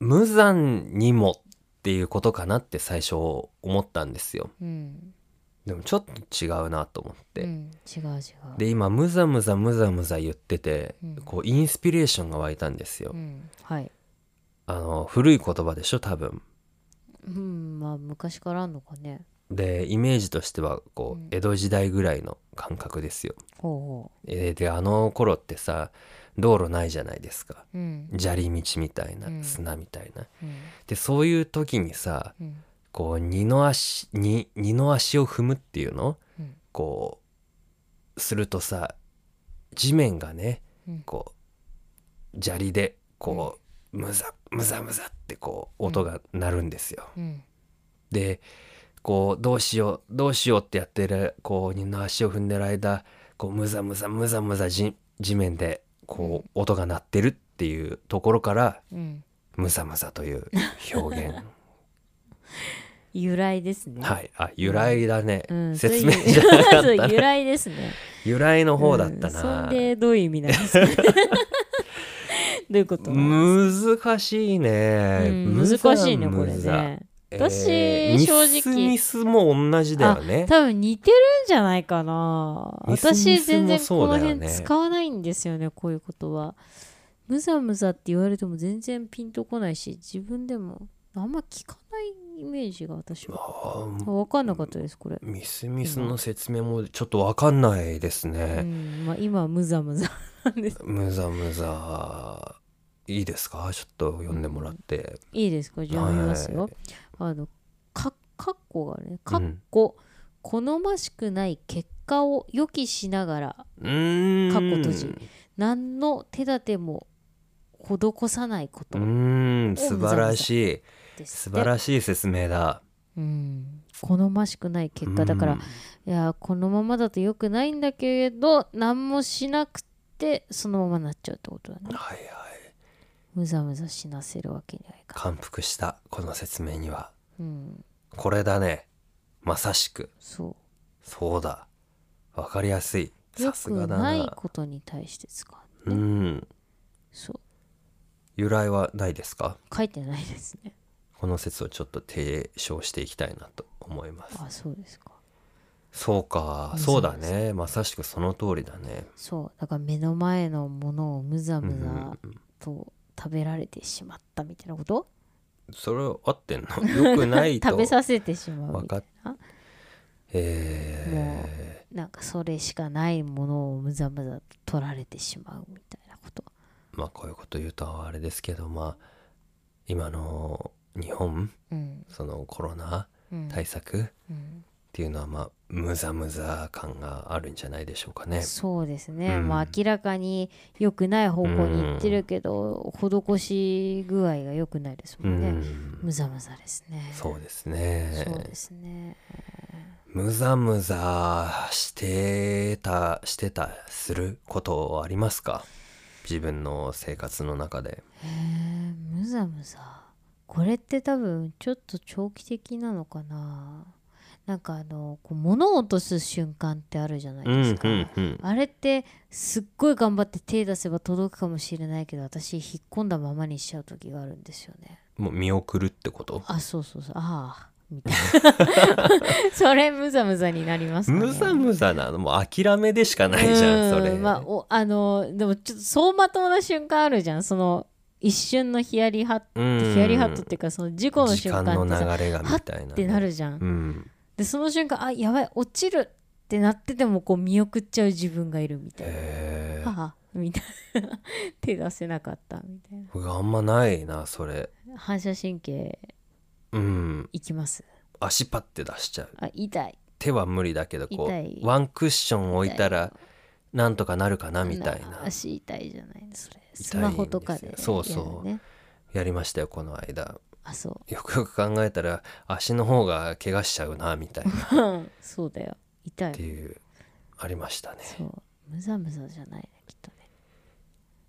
S1: 無残にもっていうことかなって最初思ったんですよ
S2: うん
S1: でもちょっと違うなと思って、
S2: うん、違う違う
S1: で今むざむざむざむざ言ってて、
S2: うん
S1: こうインスピレーションが湧いたんですよ、
S2: うん、はい
S1: あの古い言葉でしょ多分
S2: うんまあ昔からあんのかね
S1: でイメージとしてはこう、
S2: うん
S1: 江戸時代ぐらいの感覚ですよ
S2: ほ
S1: えーであの頃ってさ道路ないじゃないですか
S2: うほううん
S1: 砂利道みたいな、
S2: うん
S1: 砂みたいな
S2: うん
S1: でそういう時にさ
S2: うん
S1: こう二の足に二の足を踏むっていうの
S2: うん
S1: こうするとさ地面がね
S2: うん
S1: こう砂利でこうむざむざむざってこう音が鳴るんですよ。
S2: うん
S1: でこうどうしようどうしようってやってるこう二の足を踏んでる間こうむざむざむざむざじ地面でこう音が鳴ってるっていうところから
S2: うん
S1: むざむざという表
S2: [LAUGHS]
S1: 現
S2: 由来ですね
S1: はいあ由来だね、
S2: うん、
S1: 説明
S2: そういう
S1: じゃな
S2: [LAUGHS]
S1: かっ
S2: そう
S1: た
S2: 由
S1: な
S2: 来ですね
S1: 由来の方だった
S2: うんそ
S1: な、
S2: んでどういう意味なんです
S1: [LAUGHS]
S2: かどういうこと
S1: 難しいね、
S2: うん
S1: むざ
S2: 難しいねこれ
S1: むざ
S2: ね私
S1: えー
S2: 正直
S1: ミスミスも同じだよね
S2: 多分似てるんじゃないかな
S1: ミスミスも
S2: 私全然
S1: そ
S2: こ
S1: うだ
S2: の
S1: よね
S2: 辺使わないんですよねこういうことはむざむざって言われても全然ピンとこないし自分でもあんま聞かないイメージが私は
S1: あー
S2: 分かんなかったですこれ、
S1: ミスミスの説明もちょっとわかんないです
S2: う
S1: ね、
S2: んまあ、今はむざむざなん
S1: [LAUGHS]
S2: です
S1: むざむざいいですかちょっと読んでもらって、
S2: いいですかじゃあ
S1: はい
S2: 読みますよ、あのかかっこがあるねかっ
S1: うん
S2: こ、好ましくない結果を予期しながら
S1: うーん
S2: かっこ閉じ何の手立ても施さないこ
S1: う
S2: と
S1: ーん素晴らしい
S2: です
S1: 素
S2: って
S1: 晴らしい説明だ
S2: うん、好ましくない結果だから、
S1: うん
S2: いやーこのままだと良くないんだけど何もしなくてそのままなっちゃうってことだね
S1: はいはい
S2: むざむざ死なせるわけにはいか
S1: 感服したこの説明には
S2: ない、うん、
S1: これだねまさしく
S2: そ
S1: そうだわかりやすいう
S2: 良
S1: さす
S2: く
S1: がだ
S2: ない
S1: な
S2: ことに対して使
S1: う
S2: うね、
S1: ん
S2: そう
S1: 由来はないですか
S2: 書いてないですね
S1: この説をちょっと提唱していきたいなと思います
S2: あそうですか
S1: そうか
S2: うん
S1: そうだねまさしくその通りだね
S2: そうだから目の前のものをむざむ
S1: うんうん
S2: ざと食べられてしまったみたいなこと
S1: それ合ってんのよくないと
S2: [LAUGHS] 食べさせてしまう
S1: 分
S2: み
S1: か
S2: たい
S1: っ
S2: なも
S1: え
S2: なんかそれしかないものをむざむざと取られてしまうみたいなこと
S1: ーまあこういうこと言うとあれですけどまあ今の日本
S2: うん
S1: そのコロナ
S2: うん
S1: 対策っ
S2: うん
S1: ていうのはまあむざむざ感があるんじゃないでしょうかね。
S2: そうですね、
S1: うん
S2: まあ明らかに良くない方向に行ってるけど、施し具合が良くないです
S1: う
S2: もんね、
S1: ん
S2: むざむざですね
S1: そうです
S2: そう
S1: ね。
S2: ですね
S1: むざむざしてたしてたすることありますか自分の生活の中で。
S2: へえむざむざこれって多分ちょっと長期的なのかななんかあのこう物を落とす瞬間ってあるじゃないですか、
S1: うん
S2: あれってすっごい頑張って手出せば届くかもしれないけど私引っ込んだままにしちゃう時があるんですよね
S1: もう見送るってこと
S2: あそうそうそうああみたい [LAUGHS] なそれむざむざになりますかね
S1: むざむざなのもう諦めでしかないじゃんそれ。
S2: まあおあのでもちょっとそうまともな瞬間あるじゃんその一瞬のヒヤリハット
S1: うん
S2: ヒヤリハットっていうかその事故の
S1: 時
S2: 瞬間
S1: 間
S2: って
S1: の
S2: さ
S1: 流れがみたいなね、
S2: ってなるじゃん、
S1: うん
S2: でその瞬間あやばい落ちるってなっててもこう見送っちゃう自分がいるみたいな、
S1: へえ
S2: はあみたいな手出せなかったみたい
S1: 僕あんまないなそれ
S2: な反射神経
S1: うん
S2: いきます
S1: 足パッて出しちゃう
S2: あ痛い
S1: 手は無理だけどこ
S2: 痛いう
S1: ワンクッション置いたらなんとかなるかなみたいな
S2: 足痛いじゃないそれ
S1: です
S2: ス
S1: よ
S2: マホとかでやる、ね、
S1: そうそうやりましたよこの間
S2: あそ
S1: よくよく考えたら足の方が怪我しちゃうなみたいなっ
S2: ううん [LAUGHS] そうだよ痛い
S1: ていうありましたね
S2: そうむざむざじゃないねきっとね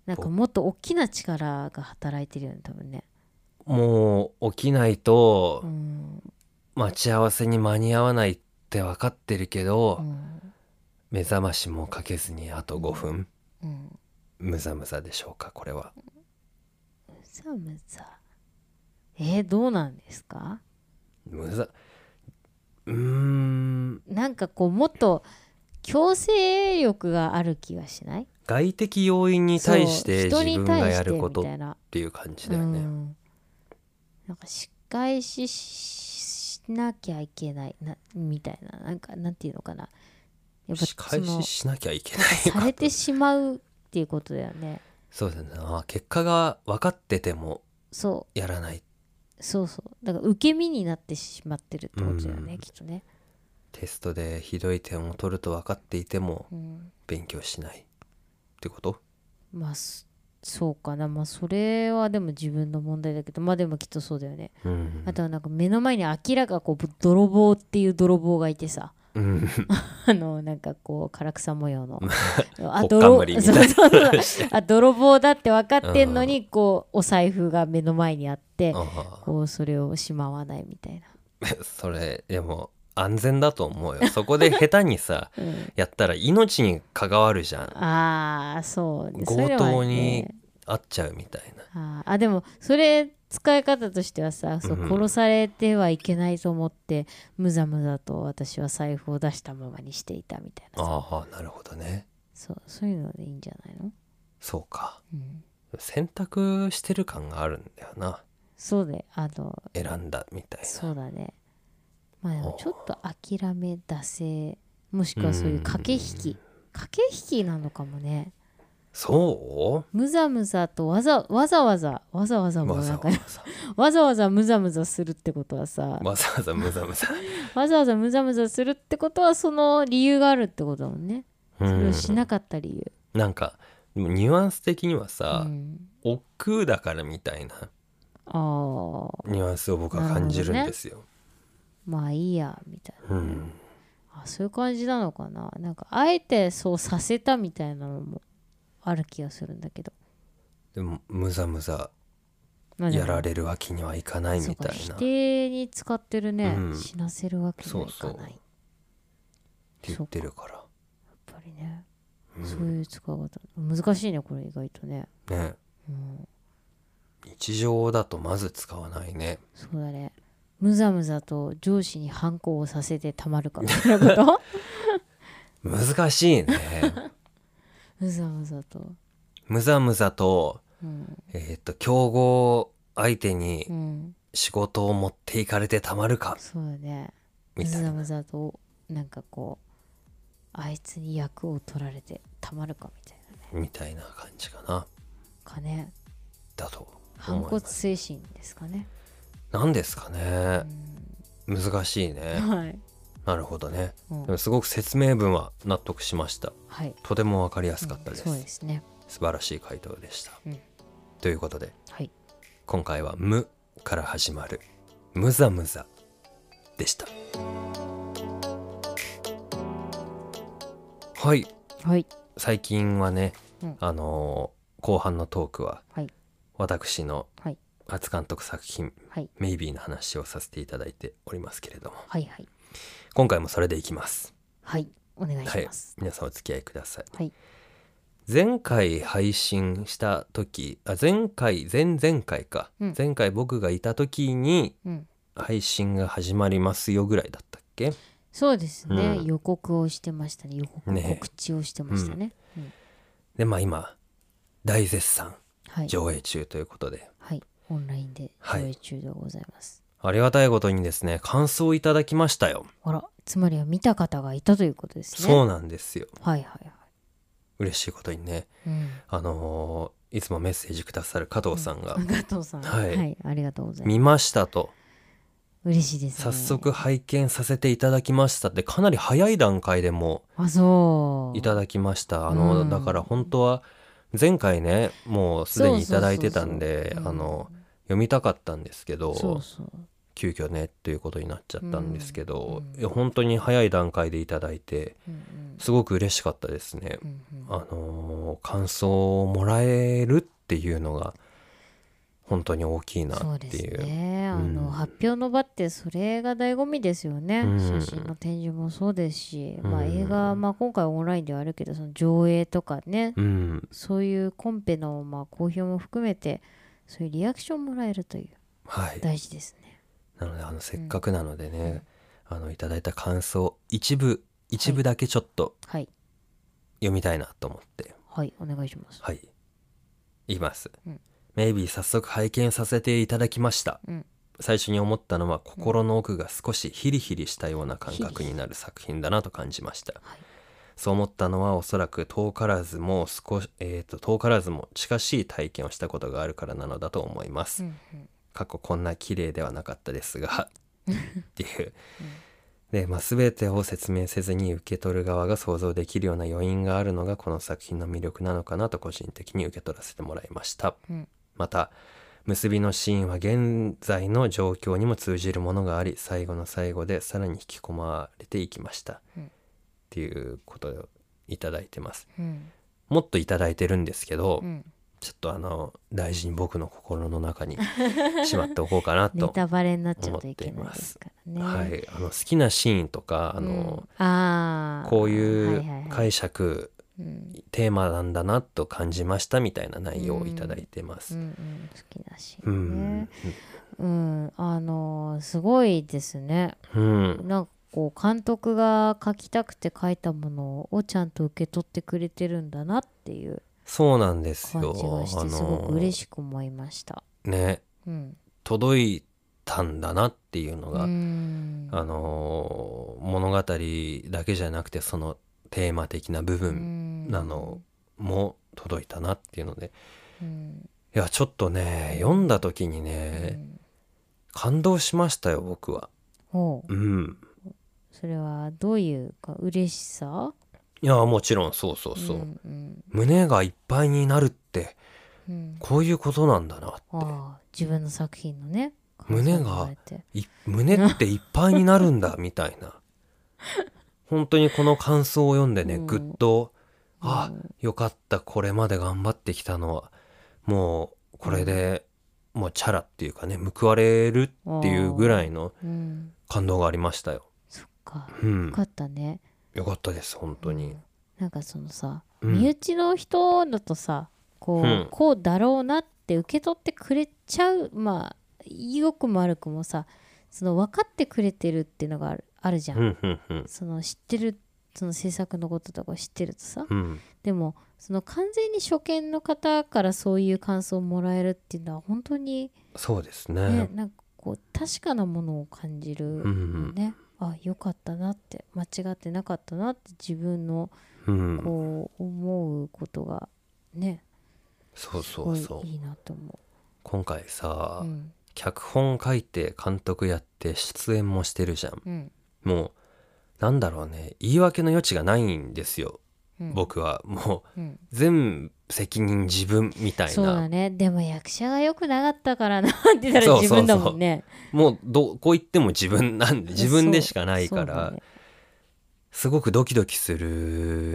S2: なんかもっと大きな力が働いてるよね多分ね
S1: もう起きないうと
S2: ん、
S1: 待ち合わせに間に合わないって分かってるけど、
S2: うん
S1: 目覚ましもかけずにあと5分
S2: うん、む
S1: むざむざでしょうかこれは
S2: ざむざえー、どうなんですか
S1: むざうーん
S2: なんかこうもっと強制力がある気がしない
S1: 外的要因に対して
S2: そう
S1: 自分がやること
S2: 人
S1: った
S2: に対してみいな
S1: ていう感じだよね、
S2: うん、なんか仕返ししなきゃいけないなみたいななんかなんていうのかなやっぱ
S1: 仕
S2: そ
S1: 返
S2: の
S1: ししなきゃいけな
S2: なんか
S1: い
S2: されて
S1: こと
S2: しまうっていうことだよね
S1: そうだな結果が分かってても
S2: そ
S1: やらないう
S2: そうそうだから受け身になってしまってるってことだよね、
S1: うん
S2: きっとね、
S1: テストでひどい点を取ると分かっていても
S2: うん、
S1: 勉強しないってこと
S2: まあそそうかなまあそれはでも自分の問題だけどまあでもきっとそうだよね
S1: うん
S2: あとはなんか目の前に明らかこう泥棒っていう泥棒がいてさ
S1: うん
S2: [LAUGHS] あのなんかこう唐草模
S1: [LAUGHS]
S2: 様のあ
S1: ほっか
S2: 泥
S1: むりみたいな
S2: そうそうそう
S1: [LAUGHS]
S2: あ泥棒だって分かってんのにこうお財布が目の前にあって
S1: あ
S2: こうそれをしまわないみたい
S1: あそれでも安全だと思うよそこで下手にさ
S2: な、うん、
S1: やったら命に関わるじゃん
S2: ああそうねそれ
S1: 強
S2: は
S1: 盗
S2: ね
S1: に遭っちゃうみたいな
S2: あーあでもそれ使い方としてはさそう
S1: うん
S2: 殺されてはいけないと思って、むざむざと私は財布を出したままにしていたみたいなさ
S1: ああなるほどね
S2: そうそういうのでいいんじゃないの、
S1: そうか
S2: うん、
S1: 選択してる感があるんだよな
S2: そうであの
S1: 選んだみたいな
S2: そうだねまあでもちょっと諦め惰性もしくはそういう駆け引き駆け引きなのかもね
S1: そ
S2: むざむざとわざわざわざわざわざ
S1: う
S2: も
S1: わ
S2: うな
S1: ざ
S2: ん
S1: わ
S2: か
S1: ざ
S2: わざわざむざむざするってことはさ
S1: わ [LAUGHS] ざわざむざむざ
S2: わざわざむざむざするってことはその理由があるってことだもんね。
S1: う
S2: それを
S1: ん
S2: しなかった理由。
S1: なんかでもニュアンス的には
S2: う
S1: さ
S2: ん、
S1: 億劫だからみたいな
S2: ああ
S1: ニュアンスを僕は感じるんですよ
S2: まあいいやみたいな
S1: う
S2: ね、
S1: ん
S2: あ。そういう感じなのかな。なんかあえてそうさせたみたいなのもある気がするんだけど。
S1: でもむざむざ
S2: まあでも
S1: やられるわけにはいかない
S2: そう
S1: み
S2: か
S1: たい
S2: 否
S1: な
S2: 定に使ってるね、
S1: うん
S2: 死なせるわけにはいかない。
S1: そうそうって言ってるか
S2: やっぱりね、
S1: うん
S2: そういう使い方難しいねこれ意外とね。
S1: らね
S2: うん、
S1: 日常だとまず使わないね
S2: そうだね。むざむざと上司に反抗をさせてたまるかみたいな
S1: [LAUGHS]
S2: こと
S1: 難しいね
S2: [LAUGHS] むざむざと。
S1: むざむざと
S2: うん
S1: えーっと競合相手に
S2: うん、
S1: 仕事を持っていかれてたまるか
S2: そうだね
S1: み
S2: む
S1: たい
S2: ず
S1: な
S2: むざとなんかこうあいつに役を取られてたまるかみたいなね
S1: みたいな感じかな
S2: かね
S1: だと
S2: 反
S1: 思いま
S2: 骨
S1: す
S2: 精神ですかね、
S1: 何ですかね
S2: う
S1: 難しい
S2: ん、
S1: ね
S2: はい、
S1: なるほどね
S2: うん
S1: でもすごく説明文は納得しました
S2: はい
S1: とても分かりやすかったです,、
S2: うんそうですね
S1: 素晴らしい回答でした、
S2: うん
S1: ということで
S2: はい
S1: 今回は「無」から始まる「むざむざ」でしたはい
S2: はい
S1: 最近はね、
S2: うん
S1: あのー後半のトークは、
S2: はい
S1: 私の
S2: はい
S1: 初監督作品
S2: はい
S1: 「メイビー」の話をさせていただいておりますけれども
S2: はいはい
S1: 今回もそれでいきます
S2: はいお願いします
S1: 皆さんお付き合いください
S2: はい
S1: 前回配信した時あ前回前々回か、
S2: うん
S1: 前回僕がいた時に
S2: うん
S1: 配信が始まりますよぐらいだったっけ
S2: そうですね、
S1: うん
S2: 予告をしてましたね予告
S1: ね
S2: 告知をしてましたねうん
S1: でまあ今大絶賛
S2: はい
S1: 上映中ということで、
S2: はいオンラインで上映中でございます、
S1: ありがたいことにですね感想をいただきましたよ、
S2: あらつまりは見た方がいたということですね
S1: そうなんですよ
S2: はいはいは
S1: 嬉しいことにね
S2: い、うん
S1: あのーいつもメッセージくださる加藤さんが
S2: 加藤さん、
S1: は
S2: はいい、ありがとうござ
S1: 「
S2: います。
S1: 見ました」と
S2: 嬉しいで
S1: 「
S2: す、
S1: 早
S2: ね。
S1: 速。拝見させていただきました」ってかなり早い段階でもう
S2: あ、そう。
S1: いただきましたあの、
S2: うん
S1: だから本当は前回ねもうすでにいただいてたんで
S2: そうそうそうそう
S1: あの読みたかったんですけど
S2: そうそう。
S1: 急遽ねということになっちゃったんですけど、
S2: うん
S1: いや本当に早い段階でいただいて
S2: うんうん
S1: すごく嬉しかったですね。
S2: うんうん
S1: あのー感想をもらえるっていうのが本当に大きいな
S2: そう
S1: って
S2: です
S1: いう
S2: ね、あ
S1: うん
S2: の発表の場ってそれが醍醐味ですよね、
S1: うん
S2: 写真の展示もそうですし、
S1: うん
S2: まあ、映画、まあ、今回オンラインではあるけどその上映とかね、
S1: うん
S2: そういうコンペのまあ好評も含めてそういうリアクションもらえるという
S1: はい
S2: 大事ですね。
S1: なのであのせっかくなのでね、あのいただいた感想一部一部だけちょっと
S2: はい、
S1: 読みたいなと思って
S2: はい、お願いします。
S1: はい。言います。
S2: うん
S1: メイビー早速拝見させていただきました。
S2: うん
S1: 最初に思ったのは心の奥が少しヒリヒリしたような感覚になる作品だなと感じました。
S2: はい
S1: そう思ったのはおそらく遠からずも少し、えー、と遠からずも近しい体験をしたことがあるからなのだと思います。
S2: うんうん
S1: 過去こんな綺麗ではなかったです
S2: [LAUGHS]
S1: がっていう。で、まあ、全てを説明せずに受け取る側が想像できるような余韻があるのがこの作品の魅力なのかなと個人的に受け取らせてもらいました、
S2: うん
S1: また結びのシーンは現在の状況にも通じるものがあり最後の最後でさらに引き込まれていきました、
S2: うん
S1: っていうことをいただいてます
S2: うん
S1: もっといただいてるんですけど、
S2: うん
S1: ちょっとあの大事に僕の心の中にしまっておこうかな
S2: [LAUGHS] ネ
S1: と、
S2: タバレになっちゃうといけないですからね。
S1: はい、あの好きなシーンとかあの、
S2: うんあー
S1: こう
S2: はいは
S1: う
S2: は
S1: 解釈、
S2: うん
S1: テーマなんだなと感じましたみたいな内容をいただいてま
S2: う
S1: す。
S2: んうん、好きだし、
S1: う
S2: ね
S1: ん、
S2: うんあのーすごいですね
S1: うん、
S2: なんかこう監督が書きたくて書いたものをちゃんと受け取ってくれてるんだなっていう
S1: そうなんです
S2: 感
S1: よ。
S2: じがしてすごく嬉しく思いました。
S1: ね、
S2: うん
S1: 届いたんだなっていうのが、
S2: うん
S1: あのー物語だけじゃなくてそのテーマ的な部
S2: う
S1: 分
S2: ん
S1: なのも届いたなっていうので、
S2: うん
S1: いやちょっとね読んだ時にね、
S2: うん
S1: 感動しましたよ僕は。
S2: ほう
S1: うん。
S2: それはどういうか嬉しさ
S1: いやもちろんそうそうそう。
S2: んうん
S1: 胸がいっぱいになるって
S2: うん、
S1: こういうことなんだなって。
S2: ああ自分の作品のね
S1: 胸が
S2: 感想言われて
S1: い胸っていっぱいになるん
S2: [LAUGHS]
S1: だみたいな本当にこの感想を読んでね、
S2: うん
S1: ぐっと
S2: うん
S1: あよかったこれまで頑張ってきたのはもうこれで、もうチャラっていうかね報われるっていうぐらいの
S2: うん
S1: 感動がありましたよ。
S2: そっか
S1: う
S2: よ
S1: ん
S2: か、ったね
S1: よかったです本当に。
S2: なんかそのさ、
S1: うん
S2: 身内の人だとさこ
S1: う
S2: う,、
S1: ん
S2: こうだろうなって受け取ってくれちゃうまあ良くも悪くもさその分かってくれてるっていうのがあるあるじゃん、
S1: うんうんうん
S2: その知ってるその制作のこととか知ってるとさ
S1: うん
S2: でもその完全に初見の方からそういう感想をもらえるっていうのは本当に
S1: そうです
S2: ね、
S1: ね
S2: なんかこう確かなものを感じる
S1: うんう
S2: よ
S1: ん
S2: ね、あ良かったなって間違ってなかったなって自分の
S1: うん
S2: こう思うことがね、
S1: そう
S2: す
S1: そ
S2: ご
S1: う
S2: い
S1: そう
S2: いいなと思
S1: 今回
S2: う。
S1: さ、
S2: うん
S1: 脚本書いて監督やって出演もしてるじゃん
S2: うん
S1: もうなんだろうね言い訳の余地がないんですよ、
S2: うん、
S1: 僕はもう
S2: うん、
S1: 全責任自分みたい
S2: そうだ
S1: な
S2: ねでも役者が良くなかったからなって言ったら
S1: そうそう
S2: 自
S1: そう
S2: 分だもんね
S1: もうどこう言っても自分なんで自分でしかない
S2: そう
S1: か
S2: そうだ
S1: ら
S2: ね
S1: すごくドキドキする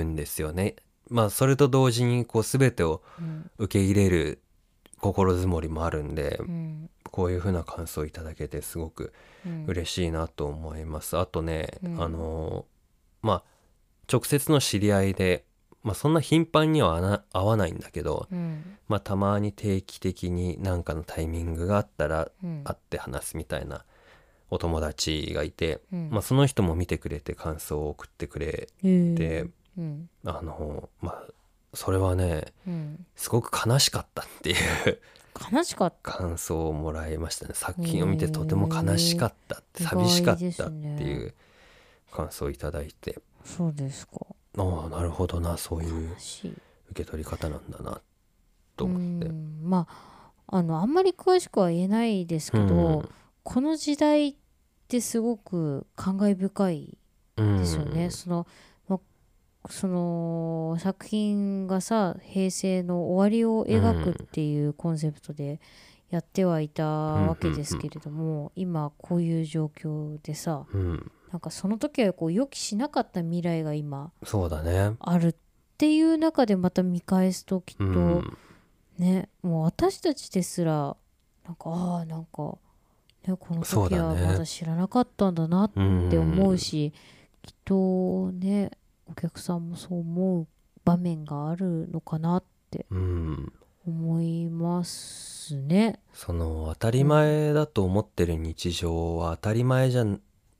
S1: んですよね。まあそれと同時にこう全てを
S2: うん
S1: 受け入れる心づもりもあるんで
S2: うん
S1: こういう風な感想いただけてすごく
S2: うん
S1: 嬉しいなと思います。あとね、
S2: うん
S1: あのまあ直接の知り合いで、まあ、そんな頻繁にはな会わないんだけど、
S2: うん
S1: まあ、たまに定期的に何かのタイミングがあったら
S2: うん
S1: 会って話すみたいなお友達がいて、
S2: うん
S1: まあ、その人も見てくれて感想を送ってくれ
S2: へー
S1: て、
S2: うん
S1: あのまあそれはね
S2: うん
S1: すごく悲しかったっていう
S2: 悲しかっ
S1: 感想をもらいましたね作品を見てとても悲しかったって
S2: へー
S1: 寂しかったっ
S2: 意外
S1: て
S2: で
S1: い
S2: す
S1: う感想をいただいて
S2: たそうですか
S1: ああなるほどなそういう
S2: 悲しい
S1: 受け取り方なんだなと思って
S2: う。んまああのあんまり詳しくは言えないですけど、
S1: うん
S2: この時代ってすごく感慨深い
S1: うん
S2: ですよね、そのまその作品がさ平成の終わりを描くっていうコンセプトでやってはいたわけですけれども、今こういう状況でさ
S1: うん、
S2: なんかその時はこう予期しなかった未来が今
S1: そうだね。
S2: あるっていう中でまた見返すときっと、
S1: うん、
S2: ねもう私たちですらなんかああなんか、ね、この
S1: そう
S2: 時
S1: だ
S2: は
S1: ね
S2: まだ知らなかったんだなっ
S1: うん
S2: て思うし、きっとねお客さんもそう思う場面があるのかなって
S1: うん、
S2: 思いますね。
S1: その当たり前だと思ってる日常は当たり前じゃ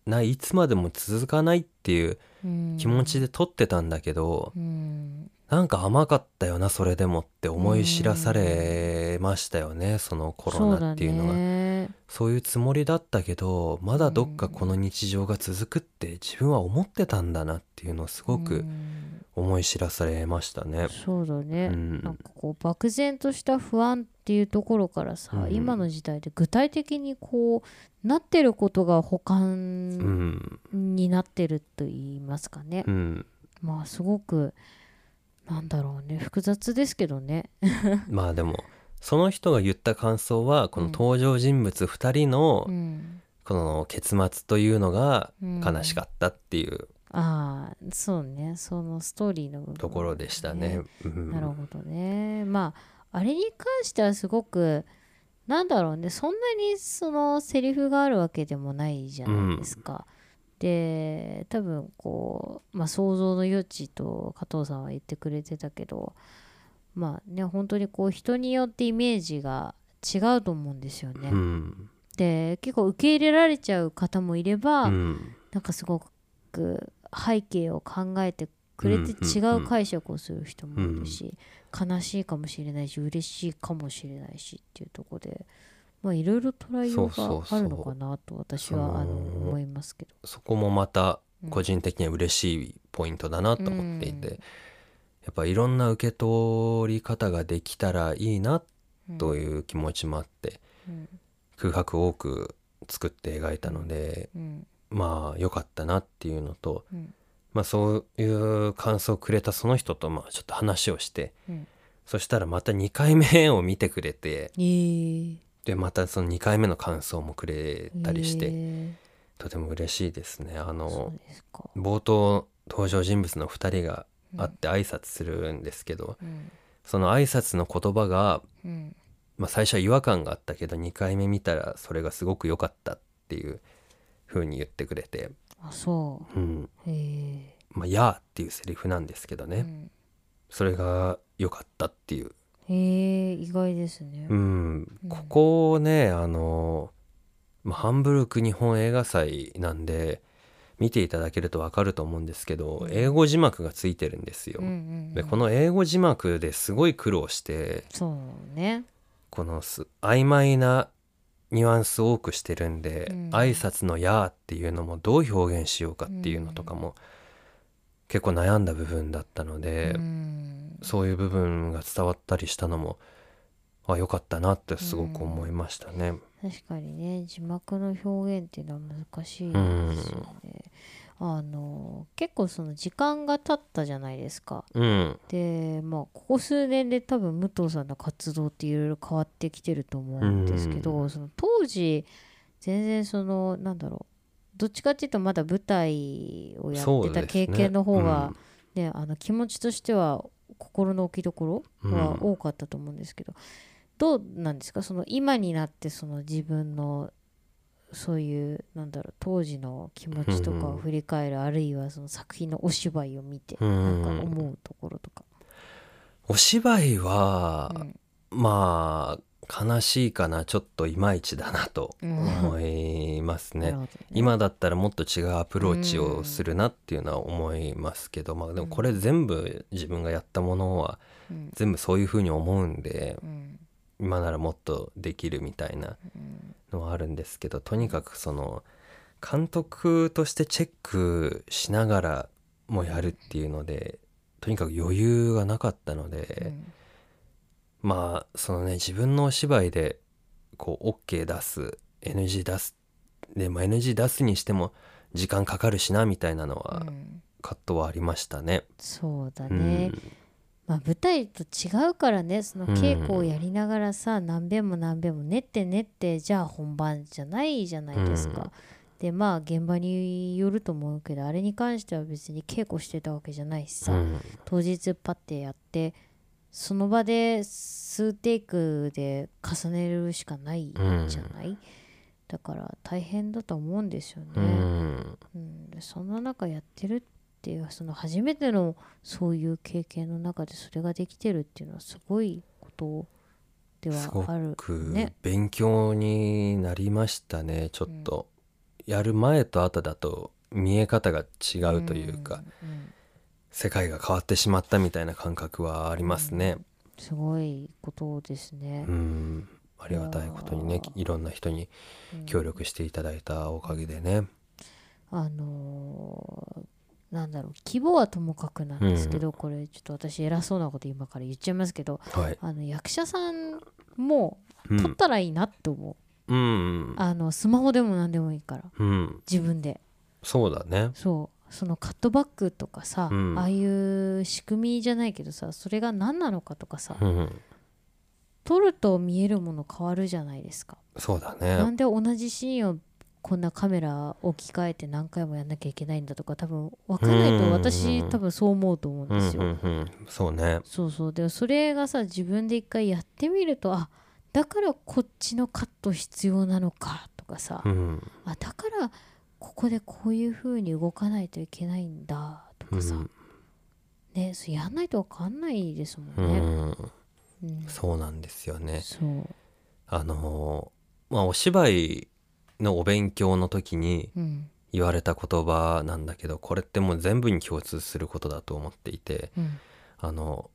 S1: ないいつまでも続かないっていう
S2: うん、
S1: 気持ちで撮ってたんだけど、
S2: うん
S1: なんか甘かったよなそれでもって思い知らされましたよね、そのコロナっていうのが
S2: そ
S1: そう,、
S2: ね
S1: いうつもりだったけどまだどっかこの日常が続くって自分は思ってたんだなっていうのをすご
S2: う
S1: く
S2: ん
S1: 思い知らされましたね。
S2: そうだ
S1: う
S2: ね、なん
S1: ん
S2: かこう漠然とした不安っていうところからさ、
S1: うん
S2: 今の時代で具体的にこうなってることが補
S1: う
S2: 完
S1: ん
S2: になってると言いますかね、 [LAUGHS]
S1: うん、
S2: まあすごくなんだろうね複雑ですけどね
S1: まあでもその人が言った感想はこの
S2: うん
S1: 登場人物2人の
S2: うん
S1: この結末というのが
S2: うん
S1: 悲しかったっていう
S2: ああそうねそのストーリーの部分
S1: ところでしたね。うん
S2: なるほどねまああれに関してはすごくなんだろうねそんなにそのセリフがあるわけでもないじゃないですか。で多分こう、まあ、想像の余地と加藤さんは言ってくれてたけどまあね本当にこう人によってイメージが違うと思うんですよね。
S1: うん
S2: で結構受け入れられちゃう方もいれば、
S1: うん
S2: なんかすごく背景を考えてくれて
S1: うん
S2: 違
S1: うん
S2: う解釈をする人もいるし、悲しいかもしれないし嬉しいかもしれないしっていうところでまあいろいろ捉えよう
S1: そうそうそう
S2: があるのかなと私
S1: その
S2: はあの思いますけど。
S1: そこもまた
S2: うん
S1: 個人的には嬉しいポイントだなと思っていて、
S2: うん
S1: やっぱいろんな受け取り方ができたらいいなと
S2: う
S1: いう気持ちもあって
S2: ん
S1: 空白多く作って描いたので
S2: うん
S1: まあ良かったなっていうのと、
S2: うん
S1: まあ、そういう感想をくれたその人とまあちょっと話をして
S2: うん
S1: そしたらまた2回目を見てくれて
S2: えー
S1: でまたその2回目の感想もくれたりして、
S2: えー
S1: とても嬉しいですね。あ
S2: そ
S1: の
S2: うですか。
S1: 冒頭登場人物の2人が
S2: うん
S1: 会って挨拶するんですけど、
S2: うん
S1: その挨拶の言葉が、
S2: うん
S1: まあ、最初は違和感があったけど2回目見たらそれがすごく良かったっていう風に言ってくれて
S2: あそ
S1: 「うん
S2: う。え
S1: まあ、やー」っていうセリフなんですけどね、
S2: ーうん
S1: それが良かったっていう、
S2: えー意外ですね
S1: う。んここをねあの、まあ、ハンブルク日本映画祭なんで、見ていただけるとわかると思うんですけど英語字幕がついてるんですよ。
S2: うんうんう
S1: で
S2: ん、
S1: この英語字幕ですごい苦労して
S2: そうね
S1: このす曖昧なニュアンス多くしてるんで、
S2: うん
S1: 挨拶の「やー」っていうのもどう表現しようかっていうのとかも結構悩んだ部分だったので、
S2: うん
S1: そういう部分が伝わったりしたのもあ良かったなってすごく思いましたね。
S2: 確かにね字幕の表現っていうのは難しいですよね。あの結構その時間が経ったじゃないですか。
S1: うん、
S2: でまあここ数年で多分武藤さんの活動っていろいろ変わってきてると思うんですけど、
S1: う
S2: その当時全然そのなんだろうどっちかっていうとまだ舞台をや
S1: そ
S2: っ
S1: う
S2: て
S1: です
S2: た
S1: ね
S2: 経験の方が、ねあの気持ちとしては心の置きどころは多かったと思うんですけど、どうなんですかその今になってその自分のそういうなんだろう当時の気持ちとか
S1: うん
S2: を
S1: うん
S2: 振り返る、あるいはその作品のお芝居を見て、
S1: うんうん
S2: なんか思うところとか。
S1: お芝居は、
S2: うん
S1: まあ悲しいかなちょっといまいちだなと思いますね。
S2: なるほどね
S1: 今だったらもっと違うアプローチをするなっていうのは思いますけど、まあでもこれ全部自分がやったものは
S2: うん
S1: 全部そういうふうに思うんで
S2: うん
S1: 今ならもっとできるみたいな
S2: うん
S1: のはあるんですけどとにかくその監督としてチェックしながらもやるっていうのでとにかく余裕がなかったので。
S2: うん
S1: まあそのね自分のお芝居でこう OK 出す NG 出すでも NG 出すにしても時間かかるしなみたいなのは
S2: うん
S1: 葛藤はありましたね。
S2: そうだ
S1: う
S2: ね、
S1: ん
S2: まあ、舞台と違うからねその
S1: うん
S2: 稽古をやりながらさ、何遍も何遍も練って練ってじゃあ本番じゃないじゃないですか。
S1: うん
S2: でまあ現場によると思うけどあれに関しては別に稽古してたわけじゃないしさ、
S1: うん
S2: 当日パッてやってその場で数テイクで重ねるしかないじゃない、だから大変だと思うんですよね。
S1: うん
S2: うん、でそんな中やってるっていうその初めてのそういう経験の中でそれができてるっていうのはすごいことでは
S1: すご
S2: ある
S1: く
S2: ね。
S1: 勉強になりましたねちょっと、やる前と後だと見え方が違うというか、
S2: うん、うん
S1: 世界が変わってしまったみたいな感覚はありますね。
S2: すごいことですね。
S1: うん、ありがたいことに
S2: い
S1: ね
S2: やー
S1: いろんな人に
S2: うん
S1: 協力していただいたおかげでね。
S2: あのーなんだろう規模はともかくなんですけど、これちょっと私偉そうなこと今から言っちゃいますけど
S1: はい。
S2: あの役者さんも
S1: う
S2: 撮っ
S1: ん。
S2: たらいいなって思
S1: うん
S2: う、
S1: うん。
S2: あのスマホでも何でもいいから
S1: うん。
S2: 自分で
S1: そうだね。
S2: そうそのカットバックとかさ、
S1: うん
S2: ああいう仕組みじゃないけどさそれが何なのかとかさ、
S1: うん。
S2: 撮ると見えるもの変わるじゃないですか、
S1: そうだ
S2: な
S1: ね。
S2: んで同じシーンをこんなカメラ置き換えて何回もやんなきゃいけないんだとか多分分かんないと私
S1: うん
S2: 多分そう思うと思うん
S1: うんう
S2: です
S1: ん
S2: よ、
S1: うん。そうね。
S2: そうそうでそれがさ自分で一回やってみるとあだからこっちのカット必要なのかとかさ、
S1: うん。
S2: あだからここでこういう風に動かないといけないんだと
S1: う
S2: かさ、
S1: ん。
S2: ねそれやんないとわかんないですも
S1: うん
S2: ね。
S1: ん。
S2: うん
S1: そうなんですよね。
S2: そう。
S1: あのーまあお芝居のお勉強の時に
S2: うん。
S1: 言われた言葉なんだけど、これってもう全部に共通することだと思っていて、
S2: うん。
S1: あの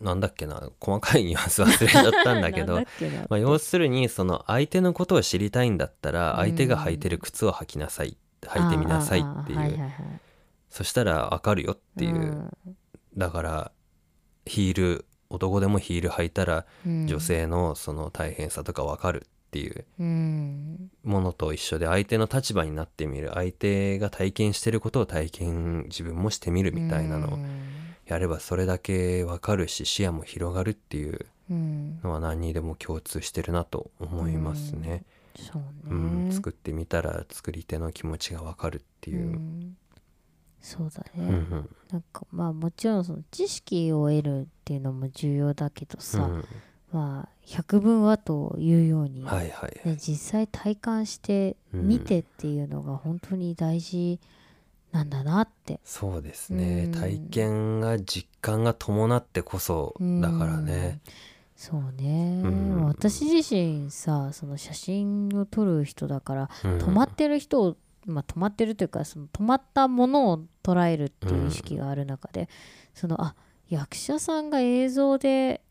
S1: なんだっけな細かいニュアンス忘れちゃったんだけど
S2: なんっけな
S1: まあ、要するにその相手のことを知りたいんだったら
S2: うん
S1: 相手が履いてる靴を履きなさい履いてみなさいっていう、
S2: ああああはいはいはい
S1: そしたら分かるよっていう、だからヒール男でもヒール履いたら
S2: うん
S1: 女。性のその大変さとか分かるっていう
S2: うん。
S1: ものと一緒で相手の立場になってみる相手が体験してることを体験自分もしてみるみたいなのをやればそれだけ分かるし視野も広がるっていう
S2: うん。
S1: のは何にでも共通してるなと思いますね。
S2: うんそう
S1: う
S2: ね。
S1: ん、作ってみたら作り手の気持ちがわかるっていうう。
S2: んそうだ
S1: う
S2: ね。
S1: んうん
S2: なんかまあもちろんその知識を得るっていうのも重要だけどさ、
S1: うん
S2: まあ百分はというように、
S1: はいはい。
S2: ね、実際体感して
S1: うん
S2: 見てっていうのが本当に大事なんだなって、
S1: そうですね、
S2: うん
S1: 体験が実感が伴ってこそ
S2: うん
S1: だからね。
S2: そうね、
S1: うん
S2: 私自身さその写真を撮る人だから、
S1: うん
S2: 止まってる人をまあ、止まってるというかその止まったものを捉えるっていう意識がある中で、そのあ役者さんが映像で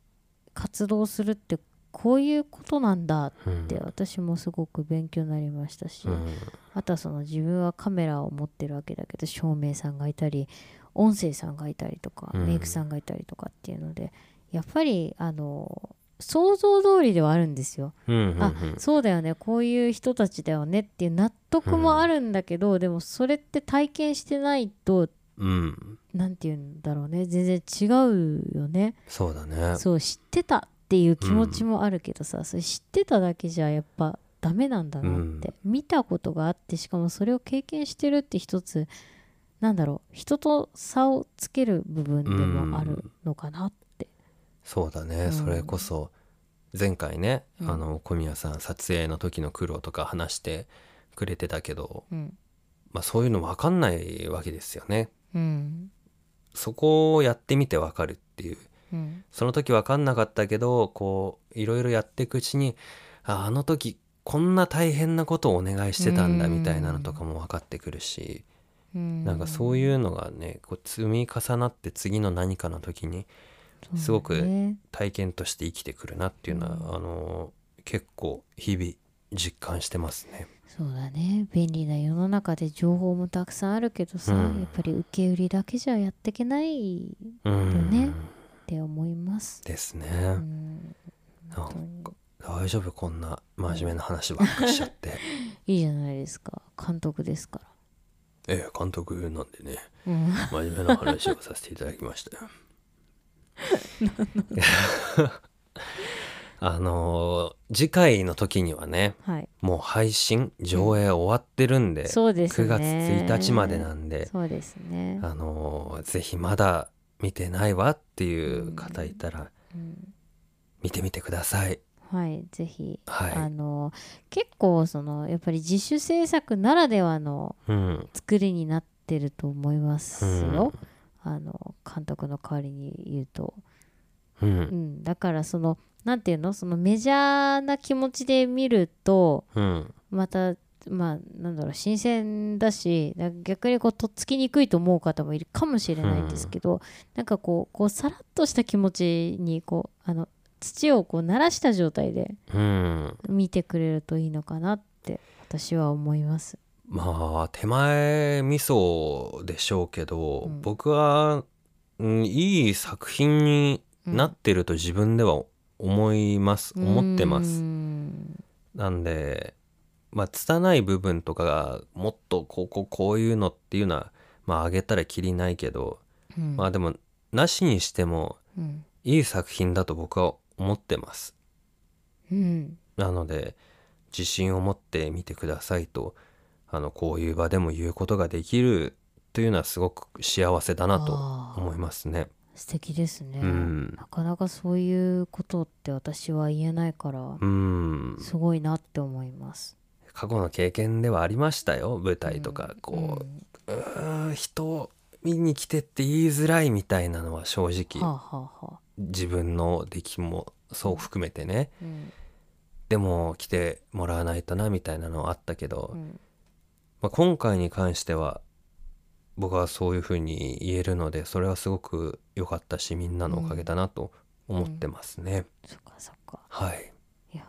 S2: 活動するってこういうことなんだっ
S1: うん
S2: て私もすごく勉強になりましたし、
S1: うん
S2: あとはその自分はカメラを持ってるわけだけど照明さんがいたり音声さんがいたりとか、
S1: うん
S2: メイクさんがいたりとかっていうのでやっぱりあの想像通りではあるんですよ。
S1: うんうん
S2: あ
S1: うん
S2: そうだよねこういう人たちだよねっていう納得もあるんだけど、でもそれって体験してないと
S1: うん
S2: 何て言うんだろうね全然違うよね
S1: そうだね
S2: そう知ってたっていう気持ちもあるけどさ、それ知ってただけじゃやっぱダメなんだなって、見たことがあってしかもそれを経験してるって一つなんだろう人と差をつける部分でもあるのかなって、
S1: そうだね、
S2: うん
S1: それこそ前回ね、
S2: うん
S1: あの小宮さん撮影の時の苦労とか話してくれてたけど、
S2: うん
S1: まあ、そういうの分かんないわけですよね
S2: うん
S1: そこをやってみて分かるっていう
S2: うん
S1: その時分かんなかったけどこういろいろやっていくうちにああの時こんな大変なことをお願いしてたんだ
S2: うん
S1: みたいなのとかも分かってくるし、
S2: うん、
S1: なんかそう
S2: う
S1: いうのがねこう積み重なって次の何かの時にすごく
S2: そうだね
S1: 体験として生きてくるなっていうのは、
S2: うん
S1: あの結構日々実感してますね。
S2: そうだね便利な世の中で情報もたくさんあるけどさ、
S1: うん
S2: やっぱり受け売りだけじゃやっていけないっ
S1: うん、
S2: ねて思います。
S1: ですね。
S2: うん、
S1: なんか
S2: 本当に
S1: 大丈夫こんな真面目な話ばっかしちゃって
S2: [LAUGHS] いいじゃないですか監督ですか
S1: ええ監督なんでね
S2: ら。うん、
S1: 真面目な話をさせていた [LAUGHS] だきましたよ。あのー次回の時にはね
S2: はい
S1: もう配信上映終わってるんで,、
S2: そうです
S1: 9
S2: ね。
S1: 月1日までなんで
S2: そうですね。
S1: あのーぜひまだ見てないわっていう方いたら
S2: うん
S1: 見てみてください。
S2: はいぜひ。あ
S1: は
S2: の結構そのやっぱり自主制作ならではの
S1: い。うん。
S2: 作りになってると思います
S1: うん
S2: よ、あの監督の代わりに言うと
S1: う。
S2: うんん、だからそのなんていうのそのメジャーな気持ちで見ると
S1: うん。
S2: またまあなんだろう新鮮だしだ逆にこうとっつきにくいと思う方もいるかもしれないんですけど、なんかこうこうさらっとした気持ちにこうあの土をこう慣らした状態で
S1: うん。
S2: 見てくれるといいのかなって私は思います。
S1: まあ手前味噌でしょうけど、
S2: うん
S1: 僕は、うん、いい作品に
S2: うん
S1: なってると自分では思います、思ってま
S2: う
S1: す。
S2: ん
S1: なんでまあ拙い部分とかがもっとこうこうこういうのっていうのはまああげたらきりないけど、
S2: うん
S1: まあでもなしにしても
S2: うん
S1: いい作品だと僕は思ってます。
S2: うん
S1: なので自信を持って見てくださいとあのこういう場でも言うことができるというのはすごく幸せだなと
S2: あー
S1: 思いますね。
S2: 素敵ですね、
S1: うん
S2: なかなかそういうことって私は言えないから
S1: うん
S2: すごいなって思います
S1: 過去の経験ではありましたよ舞台とかこ
S2: う
S1: う,、
S2: ん
S1: うーん人を見に来てって言いづらいみたいなのは正
S2: はあ
S1: 直
S2: はあはあ
S1: 自分の出来もそう含めてね
S2: うん
S1: でも来てもらわないとなみたいなのはあったけど、
S2: うん
S1: まあ、今回に関しては僕はそういうふうに言えるのでそれはすごく良かったしみんなのおかげだなと思ってますね、
S2: そっかそっか
S1: はい、
S2: いや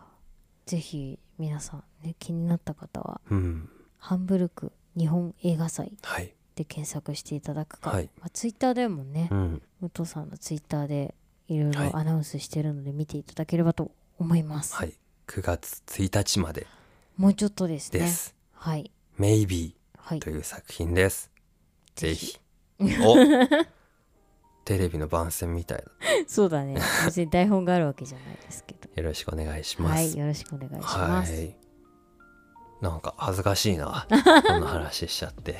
S2: ぜひ皆さんね気になった方は
S1: うん、
S2: ハンブルク日本映画祭
S1: はい、
S2: で検索していただくか、
S1: はい
S2: まあ、ツイッターでもね、
S1: うん、
S2: 武藤さんのツイッターでいろい
S1: はい
S2: ろアナウンスしてるので見ていただければと思います、
S1: はい9月1日まで
S2: もうちょっとですね
S1: です
S2: はい
S1: 「Maybe
S2: は」い
S1: という作品ですぜ
S2: ぜ
S1: ひ
S2: ひ
S1: おテレビの番宣みたいな
S2: [LAUGHS] そうだね別に台本があるわけじゃないですけど
S1: よろしくお願いしま
S2: は
S1: す
S2: い、よろしくお願いします。、
S1: はいいなんか恥ずかしい
S2: [LAUGHS]
S1: なこんな話しちゃって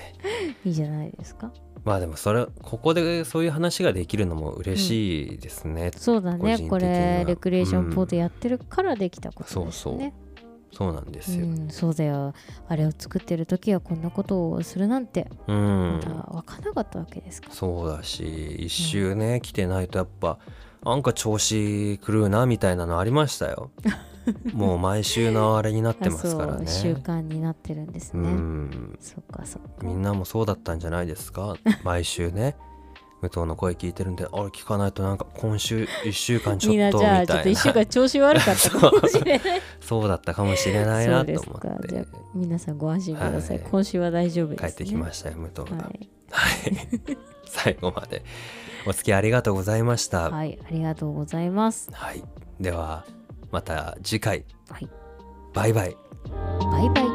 S2: いじゃないですか。
S1: まあでもそれここでそういう話ができるのも嬉しいですね、
S2: そうだ
S1: 個人
S2: ね
S1: 的に、は
S2: これレクリエーションポートやってるからできたこと
S1: そ
S2: で
S1: う
S2: す
S1: そう、
S2: ね。
S1: そうなんですよ、
S2: うん、そうだよ。あれを作ってる時はこんなことをするなんて
S1: うん
S2: まだ分からなかったわけですから。
S1: そうだし一周ね、来てないとやっぱなんか調子狂うなみたいなのありました
S2: [LAUGHS]
S1: よもう毎週のあれになってますから
S2: あ
S1: ね
S2: そう習慣になってるんです
S1: う
S2: ね、
S1: ん
S2: そっかそっか
S1: みんなもそうだったんじゃないです
S2: [LAUGHS]
S1: か毎週ね武藤の声聞いてるんであれ聞かないとなんか今週1週間ちょ
S2: みんな
S1: っとみ
S2: じ
S1: た
S2: ゃ
S1: い
S2: あちょっと一週
S1: な
S2: 間調子悪かったかもしれない
S1: そうだったかもしれないなと思
S2: そう
S1: っ
S2: ですか
S1: て
S2: じゃあ皆さんご安心ください、
S1: はい
S2: 今週は大丈夫です、
S1: 帰
S2: ね、
S1: ってきましたよ武藤が
S2: は。い
S1: はい、 [LAUGHS] 最後までお付き合いありがとうございました。はい、
S2: はい、ありがとうございます
S1: ではまた次回
S2: はい
S1: バイバイ。
S2: バイバイ